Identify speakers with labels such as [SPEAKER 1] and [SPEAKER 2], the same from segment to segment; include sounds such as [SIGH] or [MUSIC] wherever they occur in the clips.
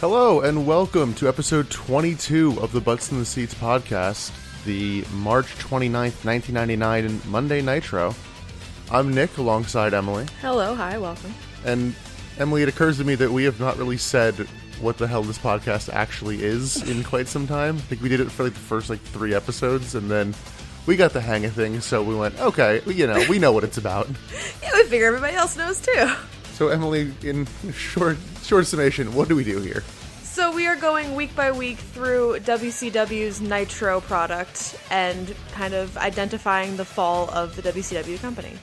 [SPEAKER 1] Hello, and welcome to episode 22 of the Butts in the Seats podcast, the March 29th, 1999 Monday Nitro. I'm Nick alongside Emily.
[SPEAKER 2] Hello, hi, welcome.
[SPEAKER 1] And Emily, it occurs to me that we have not really said what the hell this podcast actually is [LAUGHS] in quite some time. I think we did it for like the first like three episodes, and then we got the hang of things, so we went, okay, you know, we know what it's about.
[SPEAKER 2] Yeah, we figure everybody else knows too.
[SPEAKER 1] [LAUGHS] So, Emily, in short short summation, what do we do here?
[SPEAKER 2] So we are going week by week through WCW's Nitro product and kind of identifying the fall of the WCW company.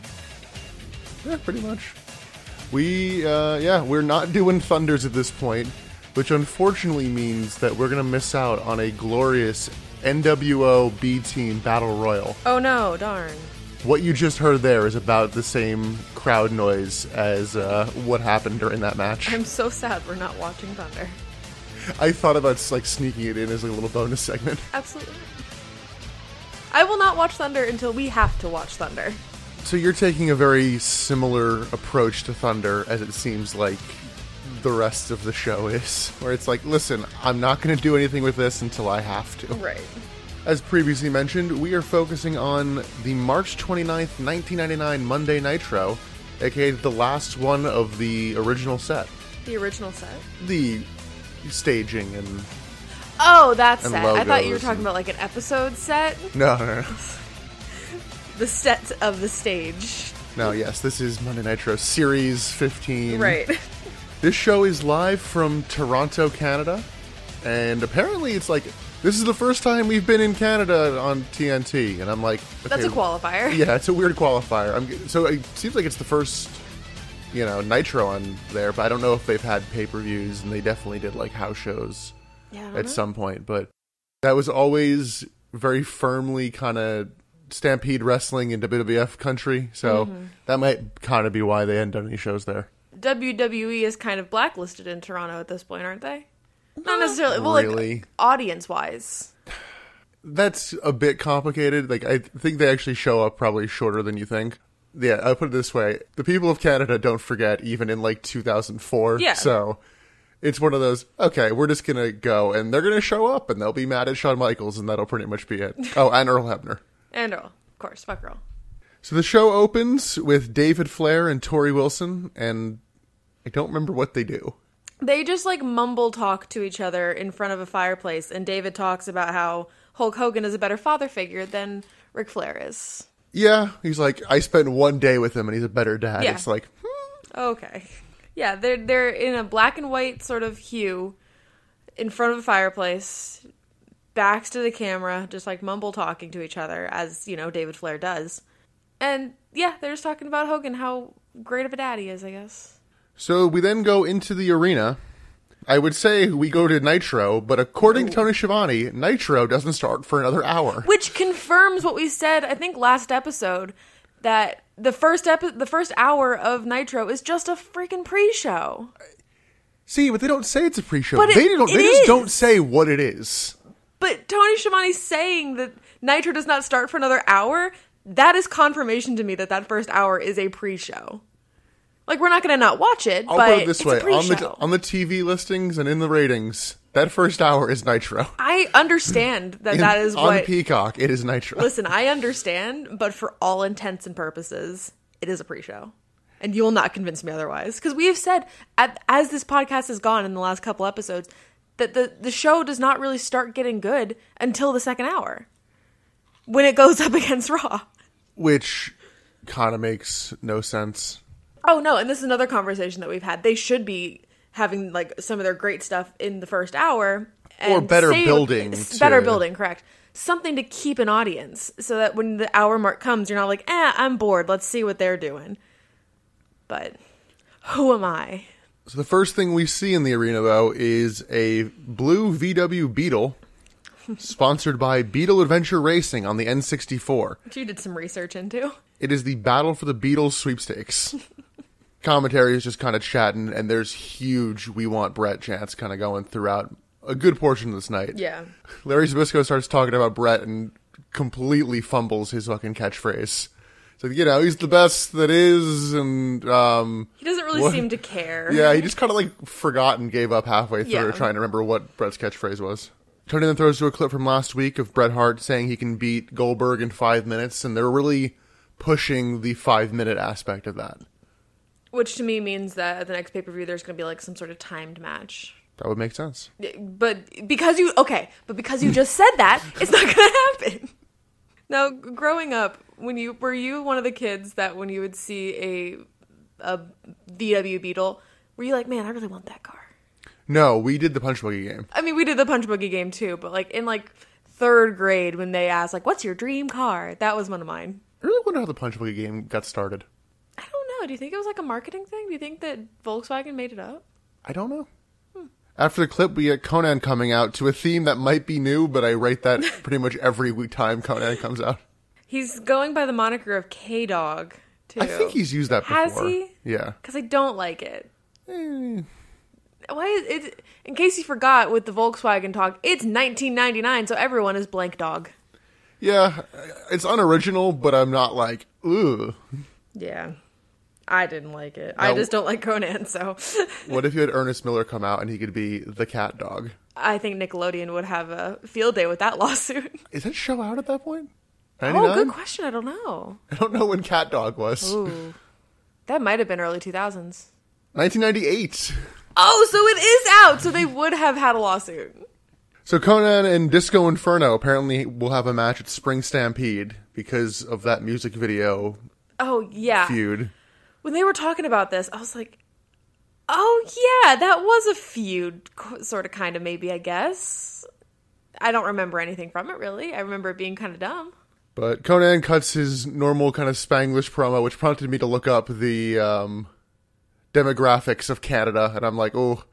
[SPEAKER 1] Yeah, pretty much. We, uh, yeah, we're not doing Thunders at this point, which unfortunately means that we're going to miss out on a glorious NWO B Team Battle Royal.
[SPEAKER 2] Oh no, darn.
[SPEAKER 1] What you just heard there is about the same crowd noise as uh, what happened during that match.
[SPEAKER 2] I'm so sad we're not watching Thunder.
[SPEAKER 1] I thought about like sneaking it in as a little bonus segment.
[SPEAKER 2] Absolutely. not. I will not watch Thunder until we have to watch Thunder.
[SPEAKER 1] So you're taking a very similar approach to Thunder as it seems like the rest of the show is, where it's like, listen, I'm not going to do anything with this until I have to.
[SPEAKER 2] Right.
[SPEAKER 1] As previously mentioned, we are focusing on the March 29th, 1999 Monday Nitro, aka the last one of the original set.
[SPEAKER 2] The original set.
[SPEAKER 1] The staging and. [LAUGHS]
[SPEAKER 2] Oh, that
[SPEAKER 1] And
[SPEAKER 2] set. I thought you were
[SPEAKER 1] logos
[SPEAKER 2] talking
[SPEAKER 1] and-
[SPEAKER 2] about like an episode set.
[SPEAKER 1] No, no, no.
[SPEAKER 2] The set of the stage.
[SPEAKER 1] No, yes, this is Monday Nitro Series 15.
[SPEAKER 2] Right.
[SPEAKER 1] This show is live from Toronto, Canada, and apparently it's like this is the first time we've been in Canada on TNT, and I'm like,
[SPEAKER 2] That's a
[SPEAKER 1] okay,
[SPEAKER 2] qualifier.
[SPEAKER 1] Yeah, it's a weird qualifier. I'm, g- so it seems like it's the first, you know, Nitro on there, but I don't know if they've had pay per views, and they definitely did like house shows
[SPEAKER 2] Yeah, I don't
[SPEAKER 1] at
[SPEAKER 2] know.
[SPEAKER 1] some point, but that was always very firmly kind of Stampede Wrestling in WWF country, so
[SPEAKER 2] Mm-hmm.
[SPEAKER 1] that might kind of be why they hadn't done any shows there.
[SPEAKER 2] WWE E is kind of blacklisted in Toronto at this point, aren't they? Not necessarily. Well,
[SPEAKER 1] really.
[SPEAKER 2] like audience wise.
[SPEAKER 1] That's a bit complicated. Like, I think they actually show up probably shorter than you think. Yeah, I'll put it this way the people of Canada don't forget, even in like 2004.
[SPEAKER 2] Yeah.
[SPEAKER 1] So it's one of those, okay, we're just going to go and they're going to show up and they'll be mad at Shawn Michaels and that'll pretty much be
[SPEAKER 2] [LAUGHS]
[SPEAKER 1] it. Oh, and Earl Hebner.
[SPEAKER 2] And Earl, of course, fuck Earl.
[SPEAKER 1] So the show opens with David Flair and Tori Wilson, and I don't remember what they do.
[SPEAKER 2] They just like mumble talk to each other in front of a fireplace, and David talks about how Hulk Hogan is a better father figure than Ric Flair is.
[SPEAKER 1] Yeah, he's like, I spent one day with him and he's a better dad.
[SPEAKER 2] Yeah.
[SPEAKER 1] It's like,
[SPEAKER 2] Okay. Yeah, they're they're in a black and white sort of hue in front of a fireplace, backs to the camera, just like mumble talking to each other as, you know, David Flair does. And yeah, they're just talking about Hogan, how great of a dad he is, I guess.
[SPEAKER 1] So we then go into the arena. I would say we go to Nitro, but according to Tony Schiavone, Nitro doesn't start for another hour.
[SPEAKER 2] Which confirms what we said, I think last episode, that the first epi- the first hour of Nitro is just a freaking pre-show.
[SPEAKER 1] See, but they don't say it's a pre-show.
[SPEAKER 2] But it-
[SPEAKER 1] they don't.
[SPEAKER 2] it
[SPEAKER 1] They just
[SPEAKER 2] is.
[SPEAKER 1] don't say what it is.
[SPEAKER 2] But Tony Schiavone's saying that Nitro does not start for another hour. That is confirmation to me that that first hour is a pre-show. Like we're not going to not watch it,
[SPEAKER 1] I'll
[SPEAKER 2] but
[SPEAKER 1] put it this
[SPEAKER 2] it's
[SPEAKER 1] way:
[SPEAKER 2] a
[SPEAKER 1] on
[SPEAKER 2] pre-show.
[SPEAKER 1] the on the TV listings and in the ratings, that first hour is Nitro.
[SPEAKER 2] I understand that
[SPEAKER 1] In-
[SPEAKER 2] that
[SPEAKER 1] [LAUGHS]
[SPEAKER 2] is
[SPEAKER 1] on
[SPEAKER 2] what.
[SPEAKER 1] Peacock. It is Nitro.
[SPEAKER 2] listen, I understand, but for all intents and purposes, it is a pre-show, and you will not convince me otherwise. Because we have said, at, as this podcast has gone in the last couple episodes, that the the show does not really start getting good until the second hour, when it goes [LAUGHS] up against Raw.
[SPEAKER 1] Which kind of makes no sense.
[SPEAKER 2] Oh no, and this is another conversation that we've had. They should be having like some of their great stuff in the first hour and
[SPEAKER 1] Or better
[SPEAKER 2] save-
[SPEAKER 1] building
[SPEAKER 2] s- better
[SPEAKER 1] to-
[SPEAKER 2] building, correct? Something to keep an audience so that when the hour mark comes, you're not like, "Eh, I'm bored. Let's see what they're doing." But who am I?
[SPEAKER 1] So the first thing we see in the arena, though, is a blue VW Beetle, sponsored by Beetle Adventure Racing on the N64.
[SPEAKER 2] Which you did some research into.
[SPEAKER 1] It is the battle for the Beatles sweepstakes. [LAUGHS] Commentary is just kind of chatting, and there's huge "We Want Brett" chants kind of going throughout a good portion of this night.
[SPEAKER 2] Yeah.
[SPEAKER 1] Larry Zabisco starts talking about Brett and completely fumbles his fucking catchphrase. So you know he's the best that is, and um,
[SPEAKER 2] He doesn't really really
[SPEAKER 1] what-
[SPEAKER 2] seem to care.
[SPEAKER 1] [LAUGHS] Yeah, he just kind of like forgot and gave up halfway through
[SPEAKER 2] Yeah.
[SPEAKER 1] trying to remember what Brett's catchphrase was. Tony then throws to a clip from last week of Bret Hart saying he can beat Goldberg in five minutes, and they're really pushing the five minute aspect of that.
[SPEAKER 2] Which to me means that at the next pay per view, there's going to be like some sort of timed match.
[SPEAKER 1] That would make sense.
[SPEAKER 2] But because you okay, but because you just said that, it's not going to happen. Now, growing up, when you were you one of the kids that when you would see a a VW Beetle, were you like, man, I really want that car?
[SPEAKER 1] No, we did the punch buggy game.
[SPEAKER 2] I mean, we did the Punch Buggy game too, but like in like third grade when they asked like, what's your dream car? That was one of mine.
[SPEAKER 1] I really wonder how the punch buggy game got started.
[SPEAKER 2] I don't know. Do you think it was like a marketing thing? Do you think that Volkswagen made it up?
[SPEAKER 1] I don't know.
[SPEAKER 2] Hmm.
[SPEAKER 1] After the clip, we get Conan coming out to a theme that might be new, but I rate
[SPEAKER 2] [LAUGHS]
[SPEAKER 1] that pretty much every week time Conan comes out.
[SPEAKER 2] He's going by the moniker of K Dog too.
[SPEAKER 1] I think he's used that before.
[SPEAKER 2] Has he?
[SPEAKER 1] Yeah. Eh,
[SPEAKER 2] because I don't like it. Why is it? In case you forgot, with the Volkswagen talk, it's 1999, so everyone is blank dog.
[SPEAKER 1] Yeah, it's unoriginal, but I'm not like, ooh.
[SPEAKER 2] Yeah, I didn't like it.
[SPEAKER 1] Now-
[SPEAKER 2] I just don't like Conan, so
[SPEAKER 1] What if you had Ernest Miller come out and he could be the cat dog?
[SPEAKER 2] [LAUGHS] I think Nickelodeon would have a field day with that [LAUGHS] lawsuit.
[SPEAKER 1] Is that show out at that point?
[SPEAKER 2] Oh,
[SPEAKER 1] 99?
[SPEAKER 2] good question. I don't know.
[SPEAKER 1] I don't know when Cat Dog was.
[SPEAKER 2] Ooh, that might have been early 2000s.
[SPEAKER 1] 1998.
[SPEAKER 2] Oh, so it is out. So they would have had a lawsuit.
[SPEAKER 1] So Conan and Disco Inferno apparently will have a match at Spring Stampede because of that music video
[SPEAKER 2] Oh yeah.
[SPEAKER 1] feud.
[SPEAKER 2] when they were talking about this, I was like, "Oh yeah, that was a feud, sort of, kind of, maybe. I guess I don't remember anything from it really. I remember it being kind of dumb.
[SPEAKER 1] But Conan cuts his normal kind of Spanglish promo, which prompted me to look up the um, demographics of Canada, and I'm like, oh,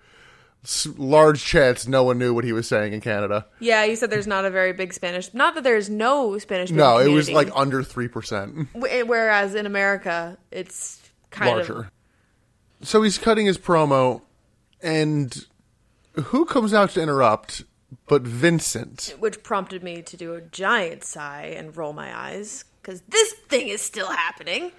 [SPEAKER 1] s- large chance no one knew what he was saying in Canada.
[SPEAKER 2] Yeah, you said there's not a very big Spanish. Not that there's no Spanish.
[SPEAKER 1] No, it was like under three percent
[SPEAKER 2] Whereas in America, it's kind of
[SPEAKER 1] larger. So he's cutting his promo, and who comes out to interrupt? But Vincent.
[SPEAKER 2] which prompted me to do a giant sigh and roll my eyes because this thing is still happening.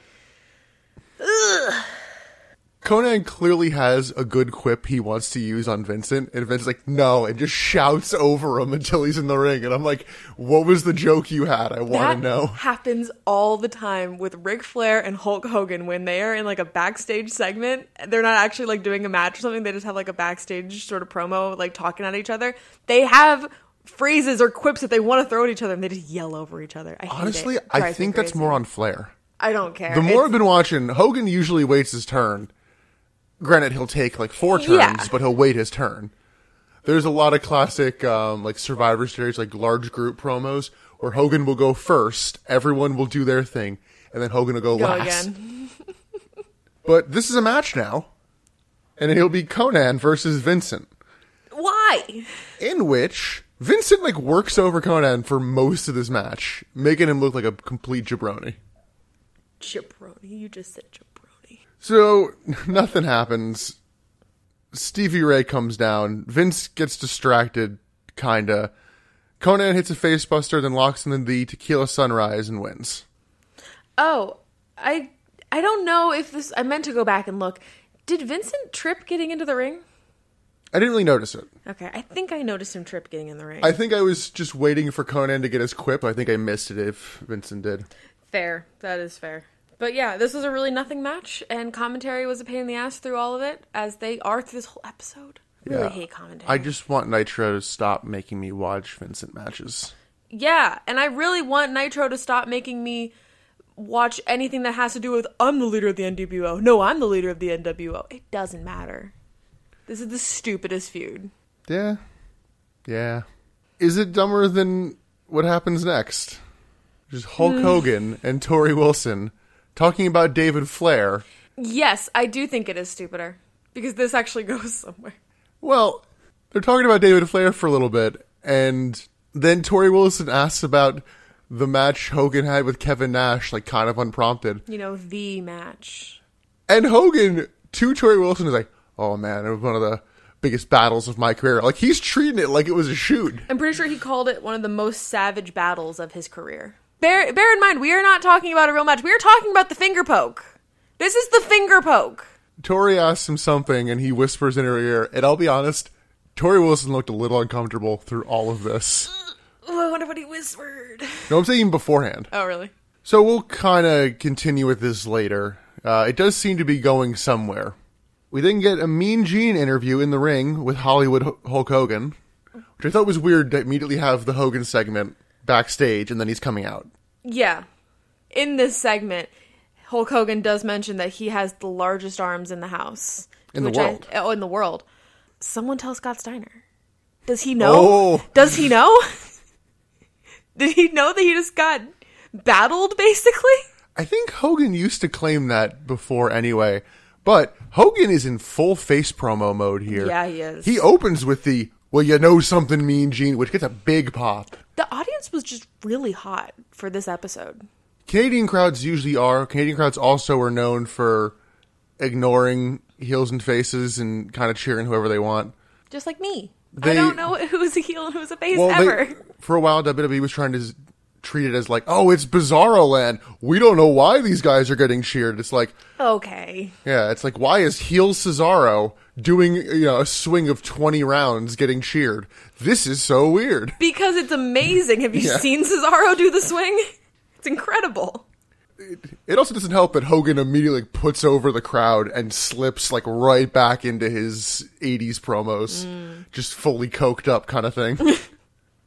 [SPEAKER 1] Conan clearly has a good quip he wants to use on Vincent, and Vincent's like, no, and just shouts over him until he's in the ring. And I'm like, what was the joke you had? I want
[SPEAKER 2] That
[SPEAKER 1] to know.
[SPEAKER 2] happens all the time with Ric Flair and Hulk Hogan when they are in like a backstage segment. They're not actually like doing a match or something. They just have like a backstage sort of promo, like talking at each other. They have phrases or quips that they want to throw at each other, and they just yell over each other. I hate it.
[SPEAKER 1] Honestly,
[SPEAKER 2] It
[SPEAKER 1] I
[SPEAKER 2] drives me
[SPEAKER 1] think that's
[SPEAKER 2] crazy.
[SPEAKER 1] more on Flair.
[SPEAKER 2] I don't care.
[SPEAKER 1] The more I've
[SPEAKER 2] It's-
[SPEAKER 1] been watching, Hogan usually waits his turn. Granted, he'll take like four turns,
[SPEAKER 2] Yeah.
[SPEAKER 1] but he'll wait his turn. There's a lot of classic um, like Survivor Series, like large group promos where Hogan will go first, everyone will do their thing, and then Hogan will go,
[SPEAKER 2] go
[SPEAKER 1] last.
[SPEAKER 2] again.
[SPEAKER 1] But this is a match now, and it'll be Conan versus Vincent,
[SPEAKER 2] Why?
[SPEAKER 1] in which Vincent like works over Conan for most of this match, making him look like a complete jabroni.
[SPEAKER 2] Jabroni. You just said jabroni.
[SPEAKER 1] So [LAUGHS] nothing happens. Stevie Ray comes down. Vince gets distracted, kinda. Conan hits a facebuster, then locks in the tequila sunrise and wins.
[SPEAKER 2] Oh, I I don't know if this. I meant to go back and look. Did Vincent trip getting into the ring?
[SPEAKER 1] I didn't really notice it.
[SPEAKER 2] Okay, I think I noticed him trip getting in the ring.
[SPEAKER 1] I think I was just waiting for Conan to get his quip. I think I missed it if Vincent did.
[SPEAKER 2] fair. That is fair. But yeah, this was a really nothing match, and commentary was a pain in the ass through all of it, as they are through this whole episode. I really
[SPEAKER 1] Yeah.
[SPEAKER 2] hate commentary.
[SPEAKER 1] I just want Nitro to stop making me watch Vincent matches.
[SPEAKER 2] yeah, and I really want Nitro to stop making me watch anything that has to do with I'm the leader of the NWO. No, I'm the leader of the NWO. It doesn't matter. This is the stupidest feud.
[SPEAKER 1] Yeah. Yeah. Is it dumber than what happens next? Just Hulk
[SPEAKER 2] Hmm.
[SPEAKER 1] Hogan and Tori Wilson talking about David Flair.
[SPEAKER 2] Yes, I do think it is stupider because this actually [LAUGHS] goes somewhere.
[SPEAKER 1] Well, they're talking about David Flair for a little bit, and then Tori Wilson asks about the match Hogan had with Kevin Nash, like kind of unprompted.
[SPEAKER 2] You know, the match.
[SPEAKER 1] And Hogan to Tori Wilson is like, oh man, it was one of the biggest battles of my career. Like he's treating it like it was a shoot.
[SPEAKER 2] I'm pretty sure he called it one of the most savage battles of his career. Bear, bear in mind, we are not talking about a real match. We are talking about the finger poke. This is the finger poke.
[SPEAKER 1] Tori asks him something, and he whispers in her ear. And I'll be honest, Tori Wilson looked a little uncomfortable through all of this.
[SPEAKER 2] Oh, I wonder what he whispered.
[SPEAKER 1] No, I'm saying even beforehand.
[SPEAKER 2] Oh, really?
[SPEAKER 1] So we'll kind of continue with this later. Uh, it does seem to be going somewhere. We then get a Mean Gene interview in the ring with Hollywood H- Hulk Hogan, which I thought was weird to immediately have the Hogan segment backstage and then he's coming out.
[SPEAKER 2] Yeah. In this segment, Hulk Hogan does mention that he has the largest arms in the house.
[SPEAKER 1] In the
[SPEAKER 2] which I-
[SPEAKER 1] world.
[SPEAKER 2] oh, in the world. Someone tell Scott Steiner. Does he know?
[SPEAKER 1] Oh.
[SPEAKER 2] Does he know? [LAUGHS] Did he know that he just got battled, basically?
[SPEAKER 1] I think Hogan used to claim that before anyway, but Hogan is in full face promo mode here.
[SPEAKER 2] Yeah, he is.
[SPEAKER 1] He opens with the, well, you know something, Mean Gene, which gets a big pop.
[SPEAKER 2] The audience was just really hot for this episode.
[SPEAKER 1] Canadian crowds usually are. Canadian crowds also are known for ignoring heels and faces and kind of cheering whoever they want.
[SPEAKER 2] Just like me. I
[SPEAKER 1] They-
[SPEAKER 2] don't know [LAUGHS] who's a heel and who's a face
[SPEAKER 1] they-
[SPEAKER 2] ever.
[SPEAKER 1] for a while, WWE was trying to s- treat it as like, oh, it's Bizarro Land. We don't know why these guys are getting cheered. It's like,
[SPEAKER 2] Okay.
[SPEAKER 1] yeah, it's like, why is heel Cesaro doing you know a swing of twenty rounds getting cheered? This is so weird.
[SPEAKER 2] Because it's amazing. Have you
[SPEAKER 1] Yeah.
[SPEAKER 2] seen Cesaro do the swing? [LAUGHS] It's incredible.
[SPEAKER 1] It also doesn't help that Hogan immediately puts over the crowd and slips like right back into his 80s promos, just fully coked up kind of thing.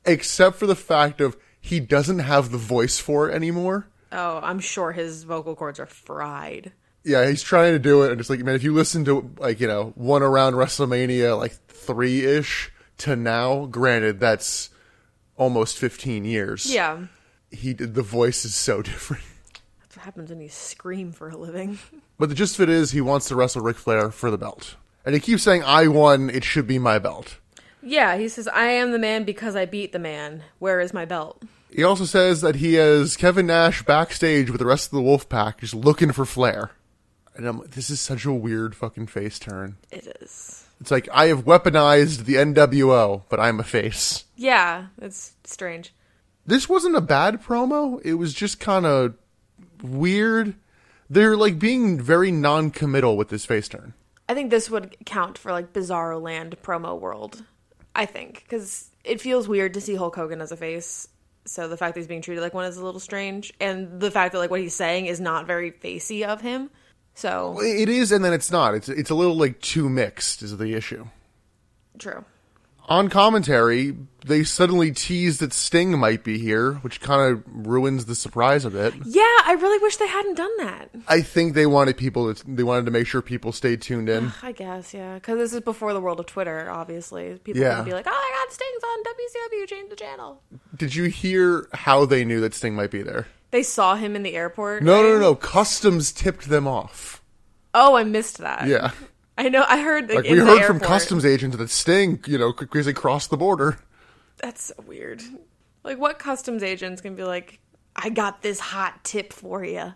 [SPEAKER 1] Except for the fact of he doesn't have the voice for it anymore.
[SPEAKER 2] Oh, I'm sure his vocal cords are fried.
[SPEAKER 1] Yeah, he's trying to do it and it's like, man, if you listen to like, you know, one around WrestleMania like 3-ish to now, granted that's almost 15 years.
[SPEAKER 2] Yeah.
[SPEAKER 1] He the voice is so [LAUGHS] different.
[SPEAKER 2] That's what happens when you scream for a living. [LAUGHS]
[SPEAKER 1] But the gist of it is he wants to wrestle Ric Flair for the belt. And he keeps saying, I won, it should be my belt.
[SPEAKER 2] Yeah, he says, I am the man because I beat the man. Where is my belt?
[SPEAKER 1] He also says that he has Kevin Nash backstage with the rest of the Wolfpack just looking for Flair. And I'm like, this is such a weird fucking face turn.
[SPEAKER 2] It is.
[SPEAKER 1] It's like, I have weaponized the NWO, but I'm a face.
[SPEAKER 2] Yeah, it's strange.
[SPEAKER 1] This wasn't a bad promo, it was just kind of weird. They're like being very non committal with this face turn.
[SPEAKER 2] I think this would count for like Bizarro Land promo world. I think because it feels weird to see Hulk Hogan as a face. So the fact that he's being treated like one is a little strange, and the fact that like what he's saying is not very facey of him. So
[SPEAKER 1] It is, and then it's not. It's, it's a little like too mixed, is the issue.
[SPEAKER 2] true.
[SPEAKER 1] on commentary, they suddenly tease that Sting might be here, which kind of ruins the surprise a bit.
[SPEAKER 2] Yeah, I really wish they hadn't done that. [SIGHS]
[SPEAKER 1] I think they wanted people to, they wanted to make sure people stayed tuned in.
[SPEAKER 2] I guess yeah, because this is before the world of Twitter. Obviously, people
[SPEAKER 1] Yeah.
[SPEAKER 2] can be like, "Oh my God, Sting's on WCW. Change the channel."
[SPEAKER 1] Did you hear how they knew that Sting might be there?
[SPEAKER 2] They saw him in the airport.
[SPEAKER 1] No, no,
[SPEAKER 2] right?
[SPEAKER 1] no, no. Customs tipped them off.
[SPEAKER 2] Oh, I missed that.
[SPEAKER 1] Yeah.
[SPEAKER 2] I know. I heard like,
[SPEAKER 1] Like we
[SPEAKER 2] in the
[SPEAKER 1] heard from
[SPEAKER 2] airport.
[SPEAKER 1] customs agents that Sting, you know, crazy crossed the border.
[SPEAKER 2] That's so weird. Like, what customs agents can be like, I got this hot tip for you?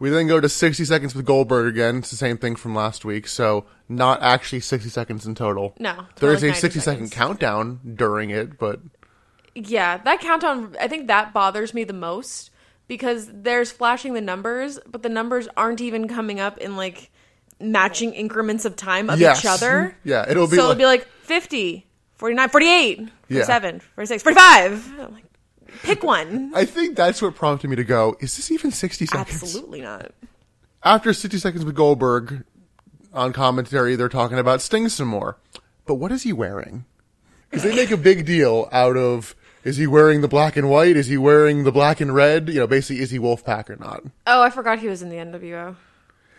[SPEAKER 1] We then go to 60 seconds with Goldberg again. It's the same thing from last week, so not actually 60 seconds in total.
[SPEAKER 2] No, it's
[SPEAKER 1] There
[SPEAKER 2] more
[SPEAKER 1] is
[SPEAKER 2] like
[SPEAKER 1] a
[SPEAKER 2] 90
[SPEAKER 1] 60 second
[SPEAKER 2] seconds.
[SPEAKER 1] countdown during it, but
[SPEAKER 2] Yeah, that countdown, I think that bothers me the most because there's flashing the numbers, but the numbers aren't even coming up in like matching increments of time of
[SPEAKER 1] Yes.
[SPEAKER 2] each other.
[SPEAKER 1] [LAUGHS] Yeah, it'll be
[SPEAKER 2] so
[SPEAKER 1] like-
[SPEAKER 2] it'll be like 50, 49, 48,
[SPEAKER 1] Yeah.
[SPEAKER 2] 47, 46, 45. I'm like, pick one.
[SPEAKER 1] I think that's what prompted me to go, is this even 60 seconds?
[SPEAKER 2] Absolutely not.
[SPEAKER 1] After 60 seconds with Goldberg on commentary, they're talking about Sting some more. But what is he wearing? Because they make a big deal out of is he wearing the black and white? Is he wearing the black and red? You know, basically, is he Wolfpack or not?
[SPEAKER 2] Oh, I forgot he was in the NWO.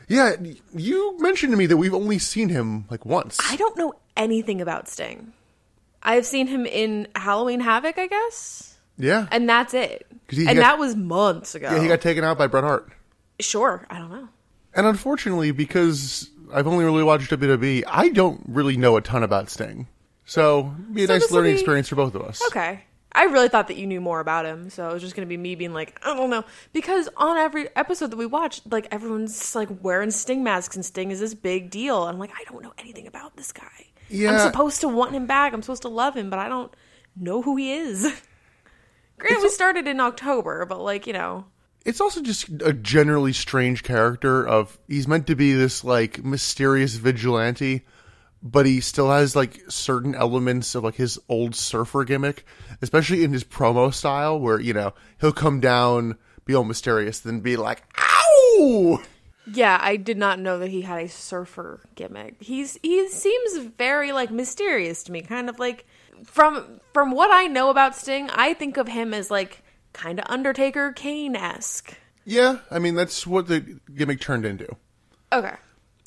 [SPEAKER 1] Yeah, you mentioned to me that we've only seen him like once.
[SPEAKER 2] I don't know anything about Sting. I've seen him in Halloween Havoc, I guess,
[SPEAKER 1] yeah.
[SPEAKER 2] and that's it.
[SPEAKER 1] 'Cause he
[SPEAKER 2] and
[SPEAKER 1] got-
[SPEAKER 2] that was months ago.
[SPEAKER 1] yeah, he got taken out by Bret Hart.
[SPEAKER 2] sure, I don't know.
[SPEAKER 1] And unfortunately, because I've only really watched WWE, I don't really know a ton about Sting. So, it'd be a
[SPEAKER 2] So
[SPEAKER 1] nice
[SPEAKER 2] this will
[SPEAKER 1] learning
[SPEAKER 2] be-
[SPEAKER 1] experience for both of us.
[SPEAKER 2] Okay. I really thought that you knew more about him, so it was just gonna be me being like, I don't know, because on every episode that we watched, like everyone's like wearing Sting masks, and Sting is this big deal. And I'm like, I don't know anything about this guy. I'm
[SPEAKER 1] Yeah.
[SPEAKER 2] supposed to want him back. I'm supposed to love him, but I [LAUGHS] don't know who he is. Granted, we started in October, but like you know,
[SPEAKER 1] It's also just a generally strange character of he's meant to be this like mysterious vigilante, but he still has like certain elements of like his old surfer gimmick, especially in his promo style where, you know, he'll come down, be all mysterious, then be like, Ow
[SPEAKER 2] Yeah, I did not know that he had a surfer gimmick. He's he seems very like mysterious to me, kind of like from from what I know about Sting, I think of him as like kind of Undertaker Kane esque.
[SPEAKER 1] Yeah, I mean that's what the gimmick turned into.
[SPEAKER 2] Okay,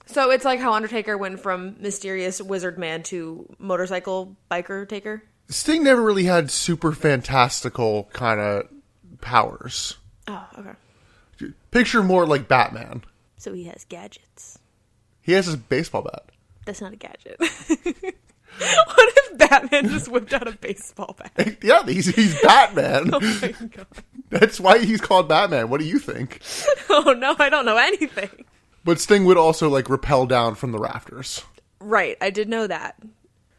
[SPEAKER 2] so it's like how Undertaker went from mysterious wizard man to motorcycle biker taker.
[SPEAKER 1] Sting never really had super fantastical kind of powers.
[SPEAKER 2] Oh, okay.
[SPEAKER 1] Picture more like Batman.
[SPEAKER 2] So he has gadgets.
[SPEAKER 1] He has his baseball bat.
[SPEAKER 2] That's not a [LAUGHS] gadget. what if Batman just whipped out a baseball bat? [LAUGHS]
[SPEAKER 1] [LAUGHS] Yeah, he's he's Batman. [LAUGHS]
[SPEAKER 2] Oh my [LAUGHS] god.
[SPEAKER 1] That's why he's called Batman. What do you think?
[SPEAKER 2] Oh no, I don't know anything.
[SPEAKER 1] But Sting would also like rappel down from the rafters.
[SPEAKER 2] Right, I did know that.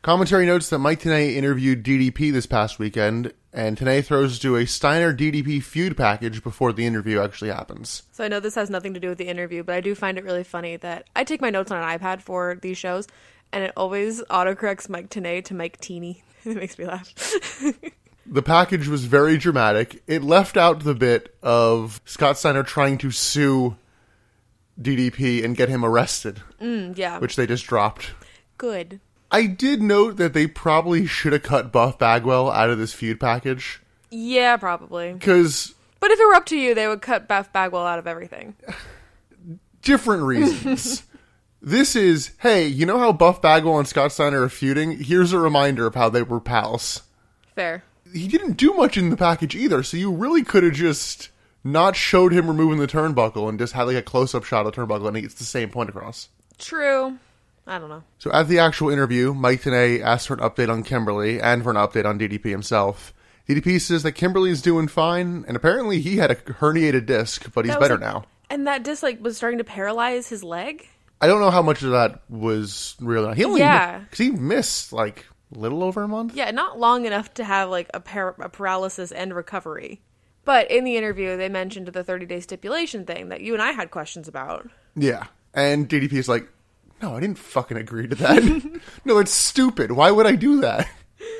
[SPEAKER 1] Commentary notes that Mike Tenay interviewed DDP this past weekend, and Tenay throws to a Steiner DDP feud package before the interview actually happens.
[SPEAKER 2] So I know this has nothing to do with the interview, but I do find it really funny that I take my notes on an iPad for these shows, and it always autocorrects Mike Tenay to Mike Teeny. [LAUGHS] It makes me laugh.
[SPEAKER 1] The package was very dramatic. It left out the bit of Scott Steiner trying to sue DDP and get him arrested,
[SPEAKER 2] Mm, yeah,
[SPEAKER 1] which they just dropped.
[SPEAKER 2] good.
[SPEAKER 1] I did note that they probably should have cut Buff Bagwell out of this feud package
[SPEAKER 2] Yeah, probably.
[SPEAKER 1] because
[SPEAKER 2] But if it were up to you, they would cut Beth Bagwell out of everything.
[SPEAKER 1] different
[SPEAKER 2] [LAUGHS]
[SPEAKER 1] reasons. this is hey, you know how Buff Bagwell and Scott Steiner are feuding? Here's a reminder of how they were pals.
[SPEAKER 2] Fair.
[SPEAKER 1] He didn't do much in the package either, so you really could have just not showed him removing the turnbuckle and just had like a close up shot of the turnbuckle and he gets the same point across.
[SPEAKER 2] True. I don't know.
[SPEAKER 1] So at the actual interview, Mike Tenay asked for an update on Kimberly and for an update on DDP himself. DDP says that Kimberly is doing fine, and apparently he had a herniated disc, but he's
[SPEAKER 2] That was
[SPEAKER 1] better
[SPEAKER 2] like-
[SPEAKER 1] now.
[SPEAKER 2] And that dislike was starting to paralyze his leg.
[SPEAKER 1] I don't know how much of that was real. He only
[SPEAKER 2] Yeah.
[SPEAKER 1] because he missed like a little over a month.
[SPEAKER 2] Yeah, not long enough to have like a, par- a paralysis and recovery. But in the interview, they mentioned the 30 day stipulation thing that you and I had questions about.
[SPEAKER 1] Yeah, and DDP is like, no, I didn't fucking agree to that. [LAUGHS] no, it's stupid. Why would I do that? [LAUGHS]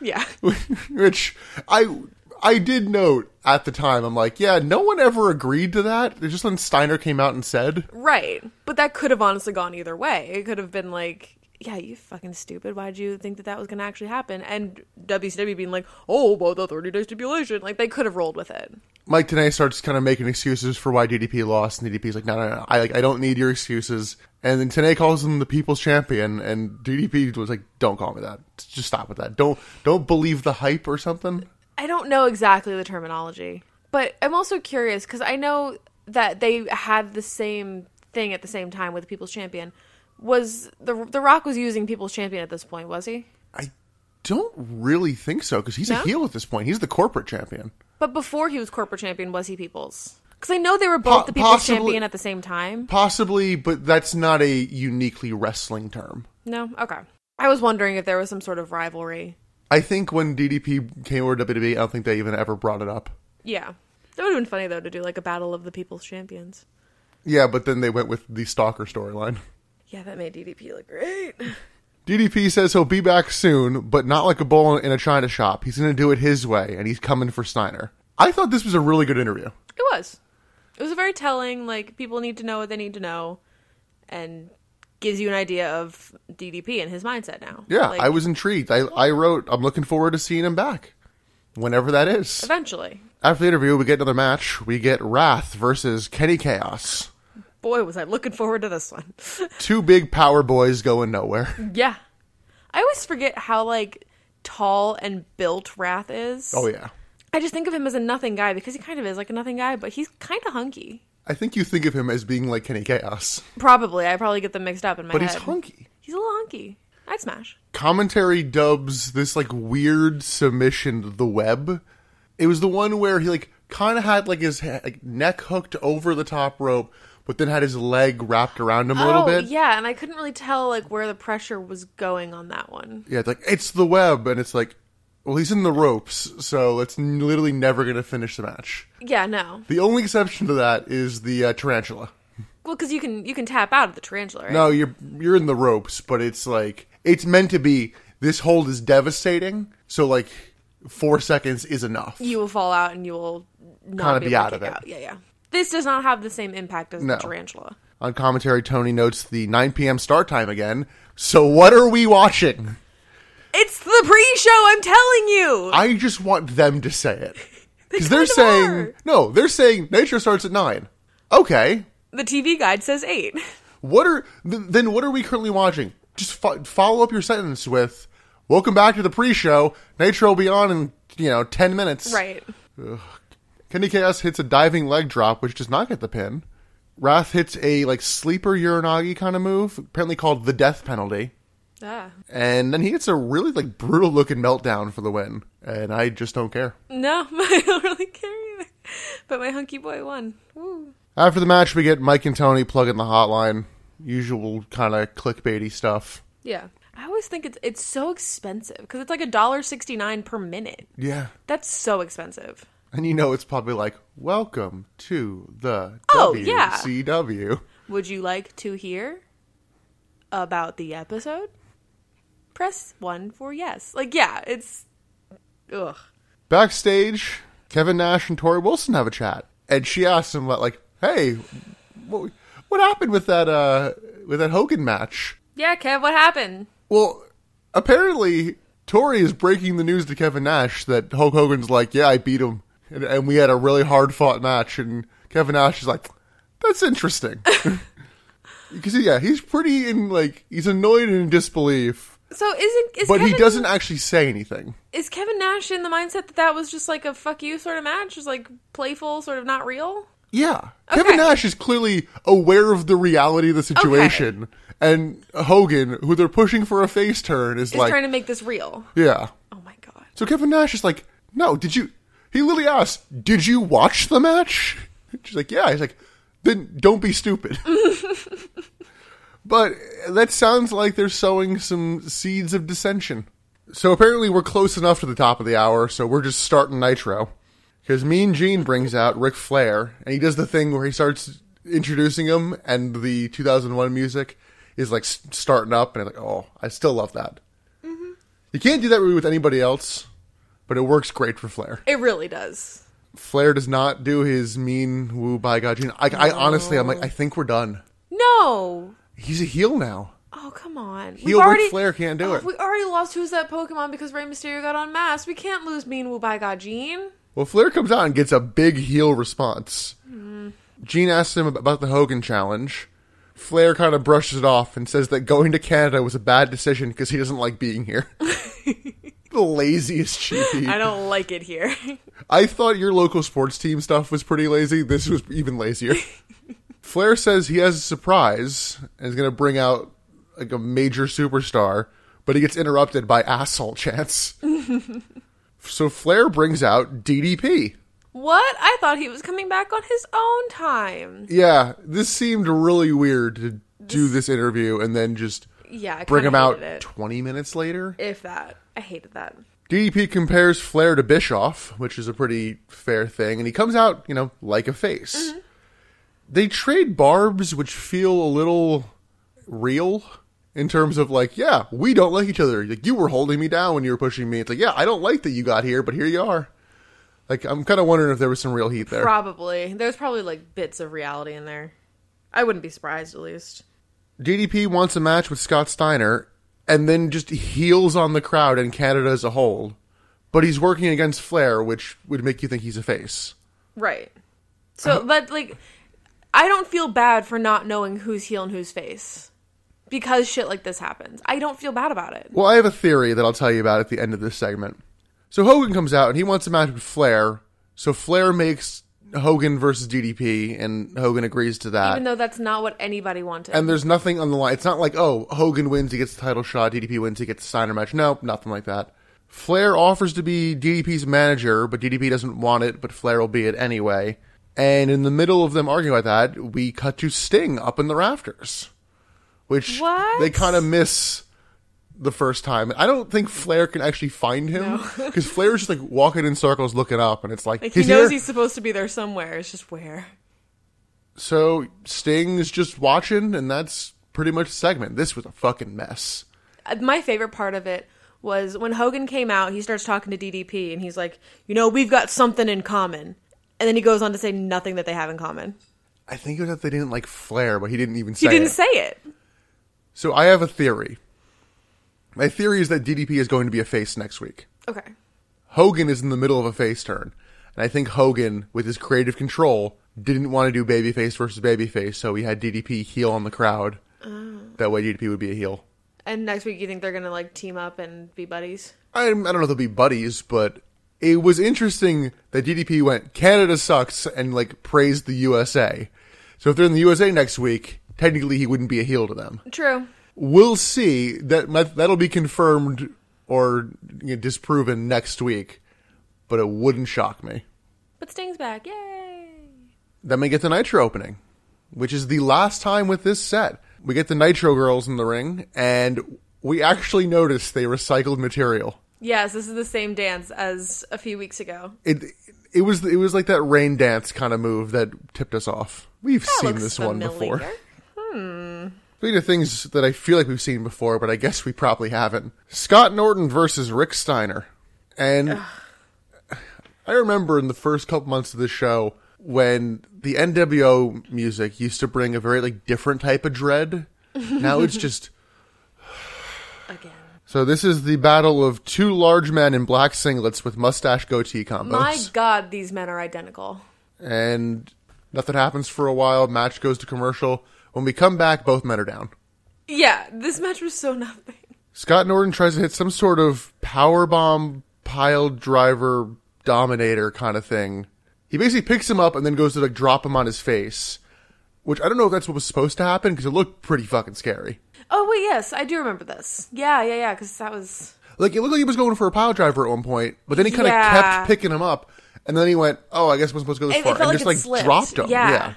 [SPEAKER 2] Yeah.
[SPEAKER 1] Which I I did note at the time. I'm like, yeah, no one ever agreed to that. It's just when Steiner came out and said.
[SPEAKER 2] Right. But that could have honestly gone either way. It could have been like, yeah, you fucking stupid. Why'd you think that that was going to actually happen? And WCW being like, oh, about the 30 day stipulation. Like, they could have rolled with it.
[SPEAKER 1] Mike Tenay starts kind of making excuses for why DDP lost, and DDP's like, no, no, no, I, like, I don't need your excuses. And then Tenay calls him the people's champion, and DDP was like, don't call me that. Just stop with that. Don't don't believe the hype or something.
[SPEAKER 2] I don't know exactly the terminology, but I'm also curious because I know that they had the same thing at the same time with the People's Champion. Was the the Rock was using People's Champion at this point? Was he?
[SPEAKER 1] I don't really think so, because he's
[SPEAKER 2] No?
[SPEAKER 1] a heel at this point. He's the corporate champion.
[SPEAKER 2] But before he was Corporate Champion, was he People's? Because I know they were both
[SPEAKER 1] Po-
[SPEAKER 2] the People's
[SPEAKER 1] possibly-
[SPEAKER 2] Champion at the same time.
[SPEAKER 1] Possibly, but that's not a uniquely wrestling term.
[SPEAKER 2] No, okay. I was wondering if there was some sort of rivalry.
[SPEAKER 1] I think when DDP came over to WWE, I don't think they even ever brought it up.
[SPEAKER 2] Yeah, that would have been funny though to do like a battle of the People's Champions.
[SPEAKER 1] Yeah, but then they went with the Stalker storyline.
[SPEAKER 2] Yeah, that made DDP look great. [LAUGHS]
[SPEAKER 1] DDP says he'll be back soon, but not like a bull in a china shop. He's going to do it his way, and he's coming for Steiner. I thought this was a really good interview.
[SPEAKER 2] It was. It was a very telling. Like people need to know what they need to know, and gives you an idea of DDP and his mindset now.
[SPEAKER 1] Yeah,
[SPEAKER 2] like,
[SPEAKER 1] I was intrigued. I, I wrote, I'm looking forward to seeing him back, whenever that is.
[SPEAKER 2] Eventually,
[SPEAKER 1] After the interview, we get another match. We get Wrath versus Kenny Chaos.
[SPEAKER 2] boy, was I looking forward to this one. [LAUGHS]
[SPEAKER 1] Two big power boys going nowhere.
[SPEAKER 2] yeah, I always forget how like tall and built Wrath is.
[SPEAKER 1] Oh, yeah.
[SPEAKER 2] I just think of him as a nothing guy because he kind of is like a nothing guy, but he's kind of hunky.
[SPEAKER 1] I think you think of him as being like Kenny Chaos,
[SPEAKER 2] Probably, I probably get them mixed up in my
[SPEAKER 1] but
[SPEAKER 2] head.
[SPEAKER 1] he's hunky.
[SPEAKER 2] He's a little hunky. I'd smash.
[SPEAKER 1] commentary dubs this like weird submission the web it was the one where he like kind of had like his he- like, neck hooked over the top rope but then had his leg wrapped around him a little
[SPEAKER 2] oh
[SPEAKER 1] bit
[SPEAKER 2] yeah, and I couldn't really tell like where the pressure was going on that one.
[SPEAKER 1] yeah it's like it's the web and it's like Well, he's in the ropes, so it's n- literally never going to finish the match.
[SPEAKER 2] Yeah, no.
[SPEAKER 1] The only exception to that is the uh, tarantula.
[SPEAKER 2] Well, because you can you can tap out of the tarantula, right?
[SPEAKER 1] No, you're you're in the ropes, but it's like it's meant to be. This hold is devastating, so like four seconds is enough.
[SPEAKER 2] You will fall out and you will
[SPEAKER 1] Kinda
[SPEAKER 2] not be,
[SPEAKER 1] be
[SPEAKER 2] able
[SPEAKER 1] out
[SPEAKER 2] to
[SPEAKER 1] of
[SPEAKER 2] kick
[SPEAKER 1] it.
[SPEAKER 2] Out. Yeah, yeah. This does not have the same impact as
[SPEAKER 1] No.
[SPEAKER 2] the tarantula.
[SPEAKER 1] On commentary, Tony notes the 9 p.m. start time again. So what are we watching?
[SPEAKER 2] It's the pre-show. I'm telling you.
[SPEAKER 1] I just want them to say
[SPEAKER 2] [LAUGHS]
[SPEAKER 1] it because they are
[SPEAKER 2] kind of
[SPEAKER 1] saying
[SPEAKER 2] are.
[SPEAKER 1] no. They're saying nature starts at nine. Okay,
[SPEAKER 2] the TV guide says eight. [LAUGHS]
[SPEAKER 1] What are th- then? What are we currently watching? Just fo- follow up your sentence with "Welcome back to the pre-show." Nature will be on in you know ten minutes.
[SPEAKER 2] right.
[SPEAKER 1] Kenny Chaos hits a diving leg drop, which does not get the pin. Wrath hits a like sleeper Uranagi kind of move, apparently called the death penalty,
[SPEAKER 2] Ah.
[SPEAKER 1] and then he hits a really like brutal looking meltdown for the win. And I just don't care.
[SPEAKER 2] No, [LAUGHS] I don't really care either. But my hunky boy won. Woo.
[SPEAKER 1] After the match, we get Mike and Tony plugging the hotline, usual kind of clickbaity stuff.
[SPEAKER 2] Yeah. I always think it's it's so expensive because it's like a dollar sixty nine per minute.
[SPEAKER 1] Yeah,
[SPEAKER 2] That's so expensive.
[SPEAKER 1] And you know it's probably like, welcome to the
[SPEAKER 2] Oh, yeah.
[SPEAKER 1] WCW.
[SPEAKER 2] Would you like to hear about the episode? Press one for yes. Like yeah, it's ugh.
[SPEAKER 1] Backstage, Kevin Nash and Tori Wilson have a chat. And she asks him like, hey, what, what happened with that uh with that Hogan match?
[SPEAKER 2] Yeah, Kev, what happened?
[SPEAKER 1] Well, apparently Tori is breaking the news to Kevin Nash that Hulk Hogan's like, yeah, I beat him and, and we had a really hard fought match and Kevin Nash is like, that's
[SPEAKER 2] [LAUGHS]
[SPEAKER 1] interesting. Because yeah, he's pretty in like he's annoyed and in disbelief.
[SPEAKER 2] So isn't is
[SPEAKER 1] but
[SPEAKER 2] Kevin,
[SPEAKER 1] he doesn't actually say anything.
[SPEAKER 2] is Kevin Nash in the mindset that that was just like a fuck you sort of match, just like playful, sort of not real?
[SPEAKER 1] Yeah.
[SPEAKER 2] Okay.
[SPEAKER 1] Kevin Nash is clearly aware of the reality of the situation. And Hogan, who they're pushing for a face turn, is
[SPEAKER 2] Is
[SPEAKER 1] like,
[SPEAKER 2] trying to make this real.
[SPEAKER 1] yeah.
[SPEAKER 2] Oh my god.
[SPEAKER 1] So Kevin Nash is like, no, did you? He literally asks, did you watch the match? [LAUGHS] She's like, yeah. He's like, then don't be stupid. but that sounds like they're sowing some seeds of dissension. So apparently we're close enough to the top of the hour, so we're just starting Nitro. Because Mean Gene brings out Ric Flair, and he does the thing where he starts introducing him, and the 2001 music is like s- starting up, and I'm like, oh, I still love that. You can't do that really with anybody else, but it works great for Flair.
[SPEAKER 2] It really does.
[SPEAKER 1] Flair does not do his mean woo by God. Gene. I, I honestly, I'm like, I think we're done.
[SPEAKER 2] No.
[SPEAKER 1] He's a heel now.
[SPEAKER 2] Oh come on.
[SPEAKER 1] Heel Ric Flair can't do it.
[SPEAKER 2] Oh, We already lost who's that Pokemon because Rey Mysterio got unmasked. We can't lose Mean Wu by God Gene.
[SPEAKER 1] Well, Flair comes out and gets a big heel response.
[SPEAKER 2] Mm-hmm.
[SPEAKER 1] Gene asks him ab- about the Hogan challenge. Flair kind of brushes it off and says that going to Canada was a bad decision because he doesn't like being
[SPEAKER 2] [LAUGHS]
[SPEAKER 1] here. the laziest cheapie.
[SPEAKER 2] I
[SPEAKER 1] I,
[SPEAKER 2] don't like it here. [LAUGHS]
[SPEAKER 1] thought your local sports team stuff was pretty lazy. This was even
[SPEAKER 2] [LAUGHS]
[SPEAKER 1] lazier. Flair says he has a surprise and is going to bring out like a major superstar, but he gets interrupted by asshole
[SPEAKER 2] [LAUGHS]
[SPEAKER 1] chance. so Flair brings out DDP.
[SPEAKER 2] what? I thought he was coming back on his own time.
[SPEAKER 1] Yeah, this seemed really weird to do this interview and then just
[SPEAKER 2] Yeah, I
[SPEAKER 1] bring
[SPEAKER 2] kinda
[SPEAKER 1] him out
[SPEAKER 2] hated it.
[SPEAKER 1] 20 minutes later.
[SPEAKER 2] If that. I hated that.
[SPEAKER 1] DDP E compares Flair to Bischoff, which is a pretty fair thing, and he comes out, you know, like a face. They trade barbs which feel a little real in terms of like, yeah, we don't like each other. Like you were holding me down when you were pushing me. It's like, yeah, I don't like that you got here, but here you are. Like I'm kind of wondering if there was some real heat there.
[SPEAKER 2] Probably. There's probably like bits of reality in there. I wouldn't be surprised at least.
[SPEAKER 1] DDP E wants a match with Scott Steiner and then just heels on the crowd and Canada as a whole. But he's working against Flair, which would make you think he's a face.
[SPEAKER 2] Right. So,
[SPEAKER 1] Uh-huh.
[SPEAKER 2] but like, I don't feel bad for not knowing who's heel and who's face because shit like this happens. I don't feel bad about it.
[SPEAKER 1] Well, I have a theory that I'll tell you about at the end of this segment. So Hogan comes out and he wants a match with Flair. So Flair makes Hogan versus DDP, and Hogan agrees to that.
[SPEAKER 2] Even though that's not what anybody wanted.
[SPEAKER 1] Uh, and there's nothing on the line. It's not like, oh, Hogan wins, he gets the title shot, DDP wins, he gets the Steiner match. No, nothing like that. Flair offers to be DDP's manager, but DDP doesn't want it, but Flair will be it anyway. And in the middle of them arguing about that, we cut to Sting up in the rafters, which
[SPEAKER 2] What?
[SPEAKER 1] they kind of miss the first time. I don't think Flair can actually find him because Flair is just like walking in circles, looking up, and it's like,
[SPEAKER 2] Like
[SPEAKER 1] he's
[SPEAKER 2] he knows
[SPEAKER 1] here.
[SPEAKER 2] he's supposed to be there somewhere. It's just where.
[SPEAKER 1] So Sting's just watching, and that's pretty much the segment. This was a fucking mess.
[SPEAKER 2] Uh, My favorite part of it was when Hogan came out. He starts talking to DDP, and he's like, "You know, we've got something in common." And then he goes on to say nothing that they have in common.
[SPEAKER 1] I think it was that they didn't like Flair, but he didn't even
[SPEAKER 2] He
[SPEAKER 1] say
[SPEAKER 2] didn't
[SPEAKER 1] it.
[SPEAKER 2] say it.
[SPEAKER 1] so I have a theory. My theory is that DDP is going to be a face next week.
[SPEAKER 2] Okay.
[SPEAKER 1] Hogan is in the middle of a face turn. And I think Hogan, with his creative control, didn't want to do babyface versus babyface, so he had DDP heel on the crowd.
[SPEAKER 2] Ah.
[SPEAKER 1] That way DDP would be a heel.
[SPEAKER 2] And next week, you think they're gonna like team up and be buddies?
[SPEAKER 1] I, I don't know if they'll be buddies, but it was interesting that DDP went, Canada sucks, and like praised the USA. So if they're in the USA next week, technically he wouldn't be a heel to them.
[SPEAKER 2] True.
[SPEAKER 1] We'll see that that'll be confirmed or you know, disproven next week, but it wouldn't shock me.
[SPEAKER 2] But Sting's back. Yay!
[SPEAKER 1] Then we get the Nitro opening, which is the last time with this set. We get the Nitro girls in the ring, and we actually notice they recycled material.
[SPEAKER 2] Yes, this is the same dance as a few weeks ago.
[SPEAKER 1] It it was it was like that rain dance kind of move that tipped us off. We've seen
[SPEAKER 2] looks
[SPEAKER 1] this one
[SPEAKER 2] familiar.
[SPEAKER 1] before. These are things that I feel like we've seen before, but I guess we probably haven't. Scott Norton versus Rick Steiner. And I remember in the first couple months of the show when the NWO music used to bring a very like different type of dread. now it's just
[SPEAKER 2] Again.
[SPEAKER 1] so this is the battle of two large men in black singlets with mustache goatee combos.
[SPEAKER 2] My God, these men are identical.
[SPEAKER 1] and nothing happens for a while. Match goes to commercial. When we come back, both men are down.
[SPEAKER 2] Yeah, this match was so [LAUGHS] nothing.
[SPEAKER 1] Scott Norton tries to hit some sort of power bomb pile driver dominator kind of thing. He basically picks him up and then goes to like drop him on his face, which I don't know if that's what was supposed to happen because it looked pretty fucking scary.
[SPEAKER 2] Oh wait, yes, I do remember this. Yeah, yeah, yeah, because that was
[SPEAKER 1] Like it looked like he was going for a pile driver at one point, but then he kind of
[SPEAKER 2] Yeah.
[SPEAKER 1] kept picking him up, and then he went, "Oh, I guess I'm supposed to go this
[SPEAKER 2] It- it
[SPEAKER 1] far,"
[SPEAKER 2] felt
[SPEAKER 1] and
[SPEAKER 2] like
[SPEAKER 1] just
[SPEAKER 2] it
[SPEAKER 1] like
[SPEAKER 2] slipped.
[SPEAKER 1] dropped him.
[SPEAKER 2] Yeah.
[SPEAKER 1] yeah.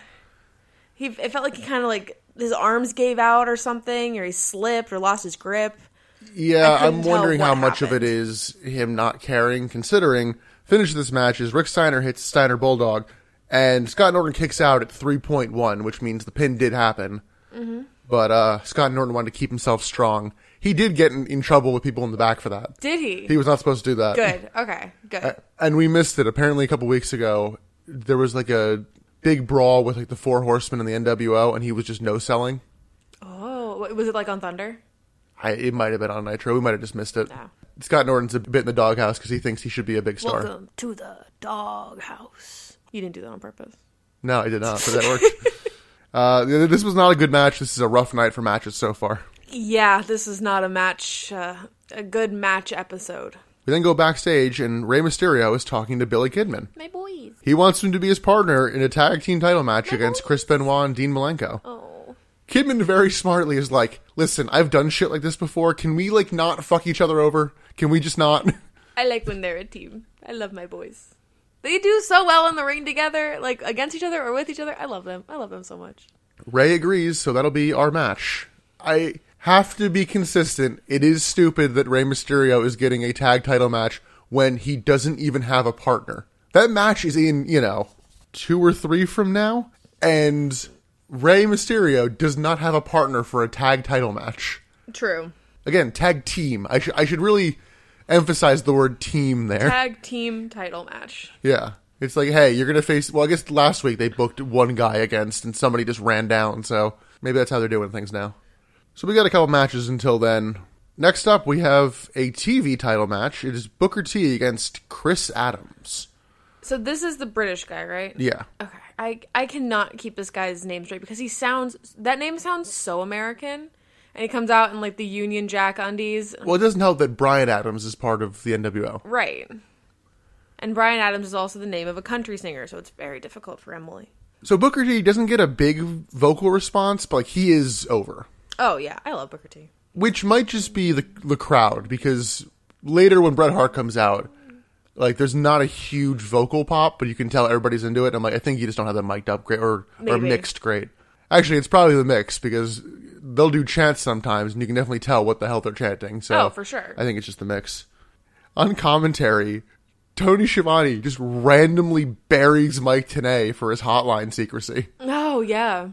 [SPEAKER 2] he. It felt like he kind of like his arms gave out or something, or he slipped or lost his grip.
[SPEAKER 1] Yeah,
[SPEAKER 2] I couldn't
[SPEAKER 1] I'm
[SPEAKER 2] tell
[SPEAKER 1] wondering
[SPEAKER 2] what
[SPEAKER 1] how much of
[SPEAKER 2] happened.
[SPEAKER 1] it is him not caring, considering finish of this match is Rick Steiner hits Steiner Bulldog, and Scott Norton kicks out at 3.1, which means the pin did happen.
[SPEAKER 2] Mm-hmm.
[SPEAKER 1] But uh, Scott Norton wanted to keep himself strong. He did get in, in trouble with people in the back for that.
[SPEAKER 2] Did he?
[SPEAKER 1] He Uh, was not supposed to do that.
[SPEAKER 2] [LAUGHS] good. Okay. Good.
[SPEAKER 1] And we missed it. Apparently, a couple weeks ago, there was like a big brawl with like the Four Horsemen and the NWO, and he was just no selling.
[SPEAKER 2] oh, wa- was it like on Thunder?
[SPEAKER 1] I, it might have been on Nitro. We might have just missed it.
[SPEAKER 2] No.
[SPEAKER 1] Scott Norton's a bit in the doghouse because he thinks he should be a big star.
[SPEAKER 2] Welcome to the doghouse. You didn't do that on purpose.
[SPEAKER 1] No, I did not, but that worked.
[SPEAKER 2] [LAUGHS]
[SPEAKER 1] uh, th- this was not a good match. This is a rough night for matches so far.
[SPEAKER 2] Yeah, this is not a match, uh, a good match episode.
[SPEAKER 1] We then go backstage, and Rey Mysterio is talking to Billy Kidman.
[SPEAKER 2] My boys.
[SPEAKER 1] He wants him to be his partner in a tag team title match against Chris Benoit and Dean Malenko.
[SPEAKER 2] Oh.
[SPEAKER 1] Kidman very smartly is like, "Listen, I've done shit like this before. Can we like not fuck each other over? Can we just not?" [LAUGHS]
[SPEAKER 2] I like when they're a team. I love my boys. They do so well in the ring together, like against each other or with each other. I love them. I love them so much.
[SPEAKER 1] Ray agrees, so that'll be our match. I have to be consistent. It is stupid that Rey Mysterio is getting a tag title match when he doesn't even have a partner. That match is in, you know, two or three from now, and Rey Mysterio does not have a partner for a tag title match.
[SPEAKER 2] True.
[SPEAKER 1] Again, tag team. I, should I should really emphasize the word team there.
[SPEAKER 2] Tag team title match.
[SPEAKER 1] Yeah. It's like, hey, you're going to face. Well, I guess last week they booked one guy against and somebody just ran down. So maybe that's how they're doing things now. So we got a couple matches until then. Next up, we have a TV title match. It is Booker T against Chris Adams.
[SPEAKER 2] So this is the British guy, right?
[SPEAKER 1] Yeah.
[SPEAKER 2] Okay. I I cannot keep this guy's name straight because he sounds that name sounds so American. And he comes out in like the Union Jack undies.
[SPEAKER 1] Well, it doesn't help that Brian Adams is part of the NWO.
[SPEAKER 2] Right. And Brian Adams is also the name of a country singer, so it's very difficult for Emily.
[SPEAKER 1] So Booker T doesn't get a big vocal response, but like he is over.
[SPEAKER 2] Oh yeah, I love Booker T.
[SPEAKER 1] which might just be the the crowd because later when Bret Hart comes out, like there's not a huge vocal pop, but you can tell everybody's into it. I'm like, I think you just don't have that mic'd up great or or
[SPEAKER 2] Maybe.
[SPEAKER 1] mixed great. Actually, it's probably the mix because they'll do chants sometimes, and you can definitely tell what the hell they're chanting. So
[SPEAKER 2] Oh, for sure.
[SPEAKER 1] I think it's just the mix. On commentary, Tony Schiavone just randomly buries Mike Tenay for his hotline secrecy.
[SPEAKER 2] Oh yeah.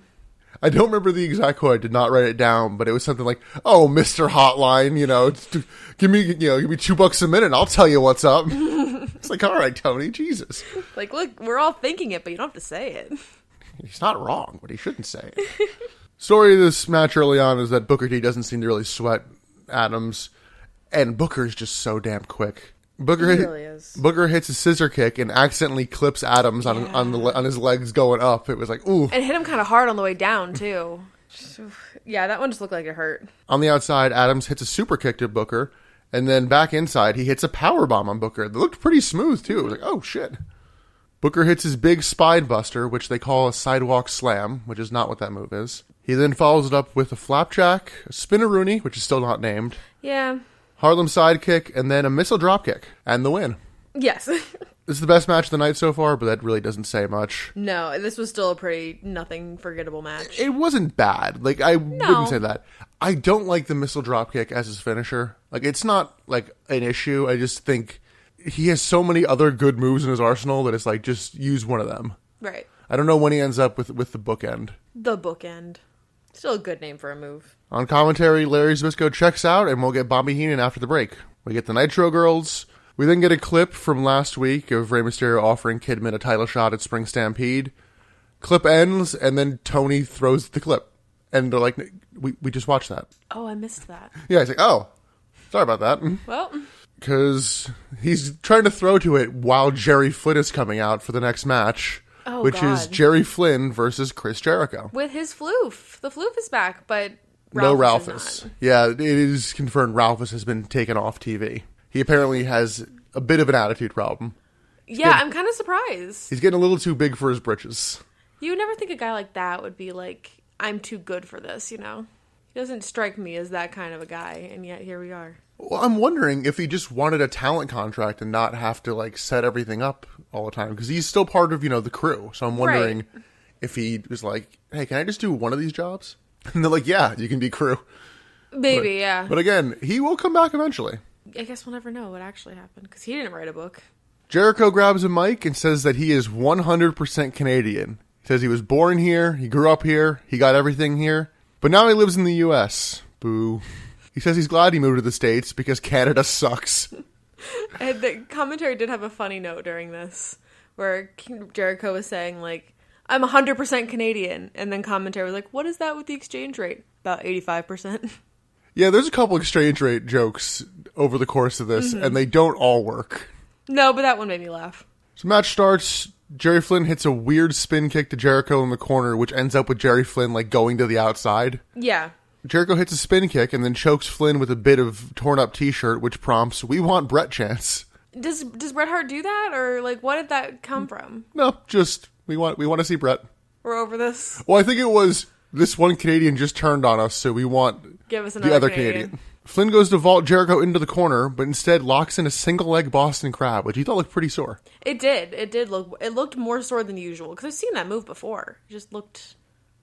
[SPEAKER 1] I don't remember the exact quote. I did not write it down, but it was something like, "Oh, Mister Hotline, you know, t- give me, you know, give me two bucks a minute. and I'll tell you what's
[SPEAKER 2] [LAUGHS]
[SPEAKER 1] up." it's like, all right, Tony, Jesus,
[SPEAKER 2] Like, look, we're all thinking it, but you don't have to say it.
[SPEAKER 1] he's not wrong, but he shouldn't say it. Story of this match early on is that Booker T doesn't seem to really sweat Adams, and Booker's just so damn quick. Booker hit-
[SPEAKER 2] really is.
[SPEAKER 1] Booker hits a scissor kick and accidentally clips Adams on on, the, le- on his legs going up. It was like, ooh.
[SPEAKER 2] And hit him kind of hard on the way [LAUGHS] down too. Just- oof. yeah, that one just looked like it hurt.
[SPEAKER 1] On the outside, Adams hits a super kick to Booker, and then back inside, he hits a power bomb on Booker. That looked pretty smooth too. It was like, oh shit. Booker hits his big spine buster, which they call a sidewalk slam, which is not what that move is. He then follows it up with a flapjack, a spinneroony, which is still not named,
[SPEAKER 2] Yeah.
[SPEAKER 1] Harlem sidekick, and then a missile dropkick, and the win.
[SPEAKER 2] Yes. [LAUGHS]
[SPEAKER 1] This is the best match of the night so far, but that really doesn't say much.
[SPEAKER 2] no, this was still a pretty nothing forgettable match.
[SPEAKER 1] It wasn't bad. Like I wouldn't say that. I don't like the missile dropkick as his finisher. Like it's not like an issue. I just think he has so many other good moves in his arsenal that it's like just use one of them.
[SPEAKER 2] Right.
[SPEAKER 1] I don't know when he ends up with with the bookend.
[SPEAKER 2] The bookend. Still a good name for a move.
[SPEAKER 1] On commentary, Larry Zbysko checks out, and we'll get Bobby Heenan after the break. We get the Nitro Girls. We then get a clip from last week of Rey Mysterio offering Kidman a title shot at Spring Stampede. Clip ends, and then Tony throws the clip, and they're like, "We we just watched that."
[SPEAKER 2] Oh, I missed that.
[SPEAKER 1] Yeah, he's like, oh, sorry about that.
[SPEAKER 2] Well,
[SPEAKER 1] Because he's trying to throw to it while Jerry Flynn is coming out for the next match,
[SPEAKER 2] Oh,
[SPEAKER 1] which is
[SPEAKER 2] God.
[SPEAKER 1] Jerry Flynn versus Chris Jericho.
[SPEAKER 2] with his floof. The floof is back, but
[SPEAKER 1] No
[SPEAKER 2] Ralph is
[SPEAKER 1] Ralphus. Yeah, it is confirmed Ralphus has been taken off TV. He apparently has a bit of an attitude problem.
[SPEAKER 2] not. Yeah, I'm kind of surprised.
[SPEAKER 1] He's getting a little too big for his britches.
[SPEAKER 2] You would never think a guy like that would be like, I'm too good for this, you know? He doesn't strike me as that kind of a guy, and yet here we are.
[SPEAKER 1] Well, I'm wondering if he just wanted a talent contract and not have to like set everything up all the time because he's still part of you know the crew. So I'm wondering if he was like, "Hey, can I just do one of these jobs?" [LAUGHS] And they're like, "Yeah, you can be crew."
[SPEAKER 2] Maybe, yeah.
[SPEAKER 1] But again, he will come back eventually.
[SPEAKER 2] I guess we'll never know what actually happened because he didn't write a book.
[SPEAKER 1] Jericho grabs a mic and says that he is 100% Canadian. He says he was born here, he grew up here, he got everything here, but now he lives in the U.S. Boo. He says he's glad he moved to the states because Canada [LAUGHS] sucks.
[SPEAKER 2] And Uh, the commentary did have a funny note during this where King- Jericho was saying, like, I'm 100% Canadian. And then commentary was like, what is that with the exchange rate? About 85%.
[SPEAKER 1] Yeah, there's a couple exchange rate jokes over the course of this,
[SPEAKER 2] Mm-hmm.
[SPEAKER 1] and they don't all work.
[SPEAKER 2] [LAUGHS] no, but that one made me laugh.
[SPEAKER 1] So match starts. Jerry Flynn hits a weird spin kick to Jericho in the corner, which ends up with Jerry Flynn like going to the outside.
[SPEAKER 2] Yeah.
[SPEAKER 1] Jericho hits a spin kick and then chokes Flynn with a bit of torn up T-shirt, which prompts "We want Brett chance." [LAUGHS]
[SPEAKER 2] Does does Bret Hart do that or like what did that come from?
[SPEAKER 1] No, just we want we want to see Brett.
[SPEAKER 2] We're over this.
[SPEAKER 1] Well, I think it was this one Canadian just turned on us, so we want
[SPEAKER 2] Give us another
[SPEAKER 1] the other
[SPEAKER 2] Canadian.
[SPEAKER 1] Canadian. Flynn goes to vault Jericho into the corner, but instead locks in a single leg Boston crab, which he thought looked pretty sore.
[SPEAKER 2] It did. It did look. It looked more sore than usual because I've seen that move before. It just looked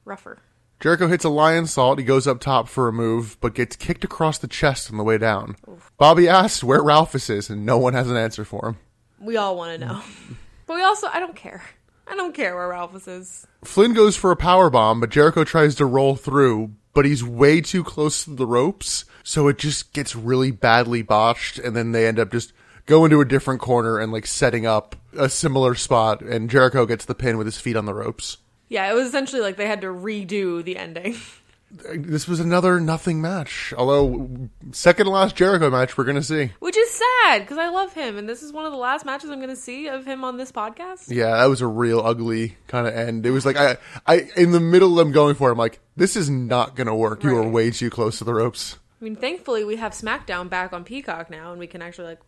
[SPEAKER 2] rougher.
[SPEAKER 1] Jericho hits a lion salt. He goes up top for a move, but gets kicked across the chest on the way down. Bobby asks where Ralphus is, and no one has an answer for him.
[SPEAKER 2] We all want to know,
[SPEAKER 1] Mm.
[SPEAKER 2] [LAUGHS] but we also I don't care. I don't care where Ralphus is.
[SPEAKER 1] Flynn goes for a power bomb, but Jericho tries to roll through, but he's way too close to the ropes, so it just gets really badly botched, and then they end up just going to a different corner and like setting up a similar spot, and Jericho gets the pin with his feet on the ropes.
[SPEAKER 2] Yeah, it was essentially like they had to redo the ending. [LAUGHS]
[SPEAKER 1] This was another nothing match, although second to last Jericho match we're gonna see.
[SPEAKER 2] Which is sad because I love him, and this is one of the last matches I'm going to see of him on this podcast.
[SPEAKER 1] Yeah, that was a real ugly kind of end. It was like I, I in the middle of them going for. It, I'm like, this is not gonna work. You are
[SPEAKER 2] Right.
[SPEAKER 1] way too close to the ropes.
[SPEAKER 2] I mean, thankfully we have SmackDown back on Peacock now, and we can actually like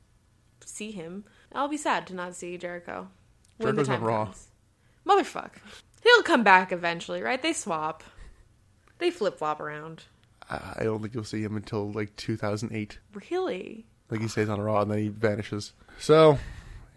[SPEAKER 2] see him. I'll be sad to not see Jericho. When the
[SPEAKER 1] Jericho's on
[SPEAKER 2] time
[SPEAKER 1] Raw.
[SPEAKER 2] comes. Motherfuck. He'll come back eventually, right? They swap. They flip flop around.
[SPEAKER 1] I don't think you'll see him until like 2008.
[SPEAKER 2] Really?
[SPEAKER 1] Like he stays on Raw and then he vanishes. So,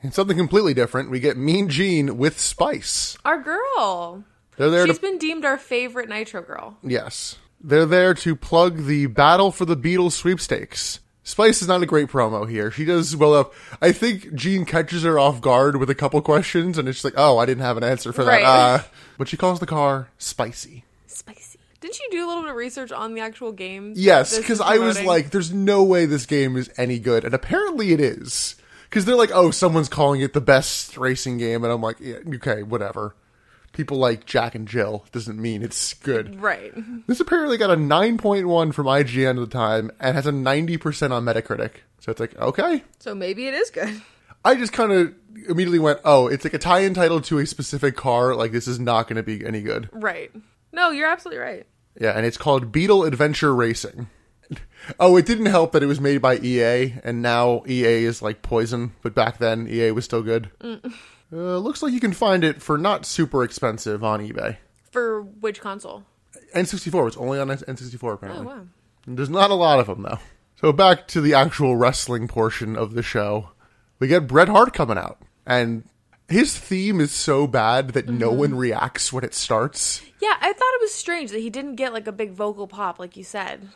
[SPEAKER 1] in something completely different, we get Mean Gene with Spice.
[SPEAKER 2] Our girl.
[SPEAKER 1] They're there
[SPEAKER 2] She's
[SPEAKER 1] to
[SPEAKER 2] been deemed our favorite Nitro girl.
[SPEAKER 1] yes. They're there to plug the Battle for the Beatles sweepstakes. Spice is not a great promo here. She does well enough. I think Gene catches her off guard with a couple questions, and it's like, oh, I didn't have an answer for
[SPEAKER 2] Right.
[SPEAKER 1] that. Uh, but she calls the car spicy.
[SPEAKER 2] Spicy. Didn't you do a little bit of research on the actual game?
[SPEAKER 1] Yes,
[SPEAKER 2] this is
[SPEAKER 1] because I was
[SPEAKER 2] promoting?
[SPEAKER 1] like, there's no way this game is any good. And apparently it is. Because they're like, oh, someone's calling it the best racing game. And I'm like, yeah, okay, whatever. People like Jack and Jill doesn't mean it's good.
[SPEAKER 2] right.
[SPEAKER 1] This apparently got a 9.1 from IGN at the time and has a 90% on Metacritic. So it's like, okay.
[SPEAKER 2] So maybe it is good.
[SPEAKER 1] I just kind of immediately went, oh, it's like a tie-in title to a specific car. Like, this is not going to be any good.
[SPEAKER 2] Right. No, you're absolutely right.
[SPEAKER 1] Yeah, and it's called Beetle Adventure Racing. [LAUGHS] Oh, it didn't help that it was made by EA, and now EA is like poison, but back then EA was still good. Uh, looks like you can find it for not super expensive on eBay.
[SPEAKER 2] For which console?
[SPEAKER 1] N64, it's only on N64 apparently.
[SPEAKER 2] Oh wow.
[SPEAKER 1] There's not a lot of them though. So back to the actual wrestling portion of the show. We get Bret Hart coming out, and his theme is so bad that no
[SPEAKER 2] Mm-hmm.
[SPEAKER 1] one reacts when it starts.
[SPEAKER 2] Yeah, I thought it was strange that he didn't get like a big vocal pop like you said.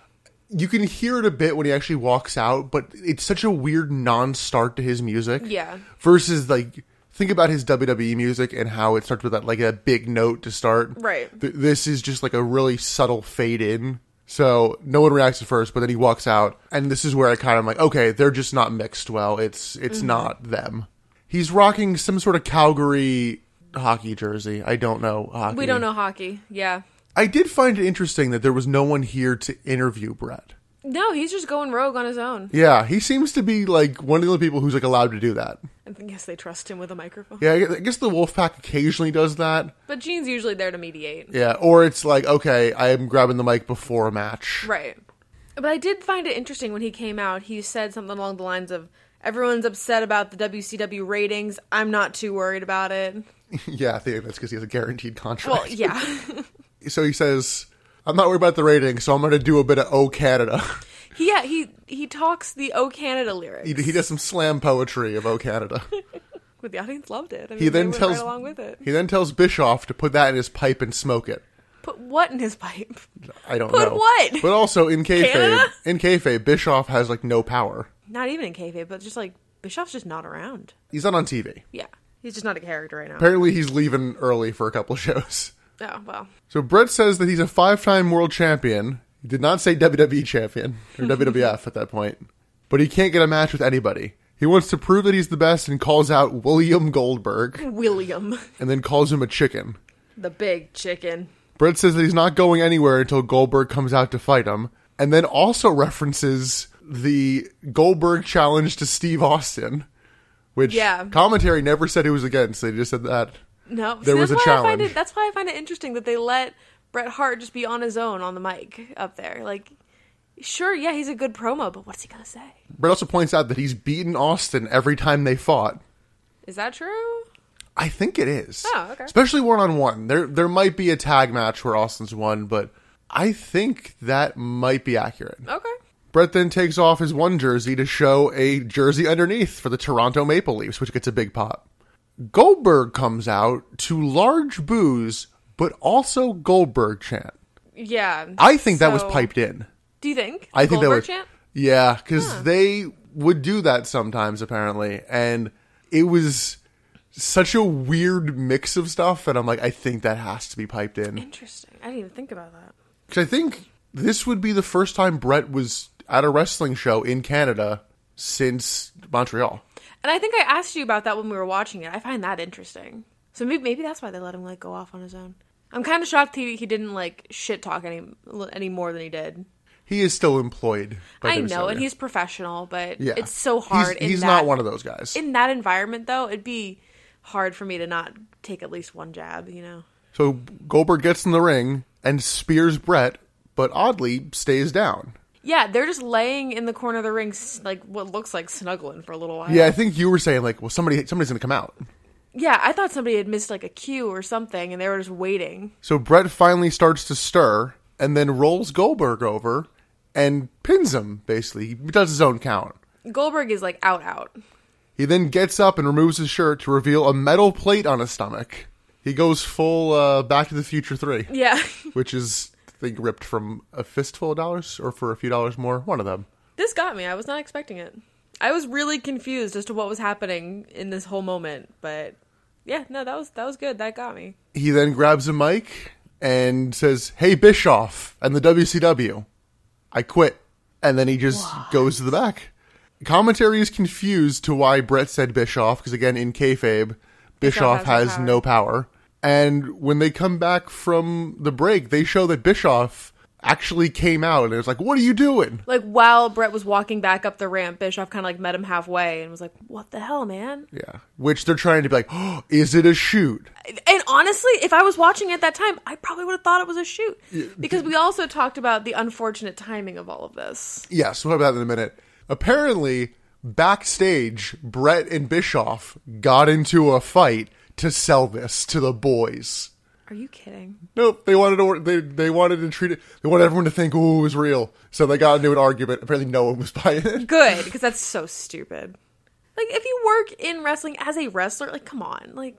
[SPEAKER 1] you can hear it a bit when he actually walks out, but it's such a weird non-start to his music.
[SPEAKER 2] Yeah.
[SPEAKER 1] Versus like think about his WWE music and how it starts with that like a big note to start.
[SPEAKER 2] Right.
[SPEAKER 1] Th- this is just like a really subtle fade in. So no one reacts at first, but then he walks out, and this is where I kind of like, okay, they're just not mixed well. It's it's
[SPEAKER 2] Mm-hmm.
[SPEAKER 1] not them. He's rocking some sort of Calgary hockey jersey. I don't know hockey.
[SPEAKER 2] We don't know hockey. Yeah.
[SPEAKER 1] I did find it interesting that there was no one here to interview Brett.
[SPEAKER 2] No, he's just going rogue on his own.
[SPEAKER 1] Yeah, he seems to be like one of the people who's like allowed to do that.
[SPEAKER 2] I think- guess they trust him with a microphone.
[SPEAKER 1] Yeah, I gu- I guess the Wolfpack occasionally does that.
[SPEAKER 2] But Gene's usually there to mediate.
[SPEAKER 1] Yeah, or it's like, okay, I am grabbing the mic before a match. [LAUGHS]
[SPEAKER 2] Right. But I did find it interesting when he came out, he said something along the lines of Everyone's upset about the WCW ratings. I'm not too worried about it.
[SPEAKER 1] yeah, I think that's because he has a guaranteed contract.
[SPEAKER 2] [LAUGHS] Well, yeah.
[SPEAKER 1] So he says, "I'm not worried about the rating, so I'm going to do a bit of Oh Canada." [LAUGHS]
[SPEAKER 2] He, yeah, he he talks the O Canada lyrics.
[SPEAKER 1] he, he does some slam poetry of Oh
[SPEAKER 2] [LAUGHS]
[SPEAKER 1] Canada.
[SPEAKER 2] But the audience loved it. I mean,
[SPEAKER 1] He then
[SPEAKER 2] they went
[SPEAKER 1] tells
[SPEAKER 2] right along with it.
[SPEAKER 1] he then tells Bischoff to put that in his pipe and smoke it.
[SPEAKER 2] Put what in his pipe? [LAUGHS]
[SPEAKER 1] I don't
[SPEAKER 2] Put
[SPEAKER 1] know
[SPEAKER 2] what?
[SPEAKER 1] But also in kayfabe,
[SPEAKER 2] Canada?
[SPEAKER 1] in kayfabe, Bischoff has like no power.
[SPEAKER 2] Not even in kayfabe, but just like Bischoff's just not around.
[SPEAKER 1] He's not on TV.
[SPEAKER 2] Yeah, he's just not a character right now.
[SPEAKER 1] Apparently, he's leaving early for a couple shows.
[SPEAKER 2] oh well,
[SPEAKER 1] So Brett says that he's a five-time world champion. He did not say WWE champion or WWF at that point, but he can't get a match with anybody. He wants to prove that he's the best and calls out William Goldberg
[SPEAKER 2] [LAUGHS] William,
[SPEAKER 1] and then calls him a chicken.
[SPEAKER 2] the big chicken.
[SPEAKER 1] Brett says that he's not going anywhere until Goldberg comes out to fight him, and then also references the Goldberg challenge to Steve Austin, which
[SPEAKER 2] Yeah.
[SPEAKER 1] commentary never said who was against. They just said that.
[SPEAKER 2] No,
[SPEAKER 1] There was
[SPEAKER 2] that's
[SPEAKER 1] a
[SPEAKER 2] why I find
[SPEAKER 1] challenge.
[SPEAKER 2] it, that's why I find it interesting that they let Bret Hart just be on his own on the mic up there. Like, sure, yeah, he's a good promo, but what's he gonna say?
[SPEAKER 1] Brett also points out that he's beaten Austin every time they fought.
[SPEAKER 2] Is that true?
[SPEAKER 1] I think it is.
[SPEAKER 2] Oh, okay.
[SPEAKER 1] Especially one on one. There there might be a tag match where Austin's won, but I think that might be accurate.
[SPEAKER 2] Okay.
[SPEAKER 1] Brett then takes off his one jersey to show a jersey underneath for the Toronto Maple Leafs, which gets a big pop. Goldberg comes out to large boos, but also Goldberg chant.
[SPEAKER 2] Yeah,
[SPEAKER 1] I think that was
[SPEAKER 2] So-
[SPEAKER 1] piped in.
[SPEAKER 2] Do you think?
[SPEAKER 1] I think
[SPEAKER 2] Goldberg
[SPEAKER 1] that was
[SPEAKER 2] chant?
[SPEAKER 1] yeah, because they would do that sometimes apparently, and it was such a weird mix of stuff. And I'm like, I think that has to be piped in
[SPEAKER 2] Interesting. I didn't even think about that.
[SPEAKER 1] because I think this would be the first time Brett was at a wrestling show in Canada since Montreal.
[SPEAKER 2] And I think I asked you about that when we were watching it. I find that interesting. So maybe maybe that's why they let him like go off on his own. I'm kind of shocked he he didn't like shit talk any any more than he did.
[SPEAKER 1] He is still employed. by
[SPEAKER 2] I know,
[SPEAKER 1] WCW.
[SPEAKER 2] and he's professional, but
[SPEAKER 1] Yeah.
[SPEAKER 2] it's so
[SPEAKER 1] He's-
[SPEAKER 2] hard.
[SPEAKER 1] He's,
[SPEAKER 2] in that,
[SPEAKER 1] not one of those guys.
[SPEAKER 2] in that environment though. It'd be hard for me to not take at least one jab. You know,
[SPEAKER 1] so Goldberg gets in the ring and spears Brett, but oddly stays down.
[SPEAKER 2] yeah, they're just laying in the corner of the ring, s- like what looks like snuggling for a little while.
[SPEAKER 1] Yeah, I think you were saying like, well, somebody somebody's gonna come out.
[SPEAKER 2] yeah. I thought somebody had missed like a cue or something, and they were just waiting.
[SPEAKER 1] So Brett finally starts to stir and then rolls Goldberg over and pins him, basically. He does his own count.
[SPEAKER 2] Goldberg is like out out.
[SPEAKER 1] He then gets up and removes his shirt to reveal a metal plate on his stomach. He goes full uh, Back to the Future 3,
[SPEAKER 2] Yeah. [LAUGHS]
[SPEAKER 1] which is thing ripped from a fistful of dollars or for a few dollars more. One of them.
[SPEAKER 2] This got me. I was not expecting it. I was really confused as to what was happening in this whole moment, but yeah, no, that was that was good. That got me.
[SPEAKER 1] He then grabs a mic and says, "Hey Bischoff and the WCW, I quit." And then he just goes to the back. Commentary is confused to why Brett said Bischoff because again, in kayfabe, Bischoff
[SPEAKER 2] Bischoff has no
[SPEAKER 1] has no power. And when they come back from the break, they show that Bischoff actually came out and it was like, "What are you doing?"
[SPEAKER 2] Like while Brett was walking back up the ramp, Bischoff kind of like met him halfway and was like, "What the hell, man?"
[SPEAKER 1] Yeah, which they're trying to be like, [GASPS] oh, "Is it a shoot?"
[SPEAKER 2] And honestly, if I was watching at that time, I probably would have thought it was a shoot because we also talked about the unfortunate timing of all of this.
[SPEAKER 1] Yes, we'll talk about that in a minute. Apparently, backstage, Brett and Bischoff got into a fight to sell this to the boys.
[SPEAKER 2] Are you kidding?
[SPEAKER 1] Nope, they wanted to. They they wanted to treat it. They wanted everyone to think, "Ooh, it was real." So they got into an argument. Apparently, no one was [LAUGHS] buying it.
[SPEAKER 2] Good, because that's so stupid. Like if you work in wrestling as a wrestler, like come on, like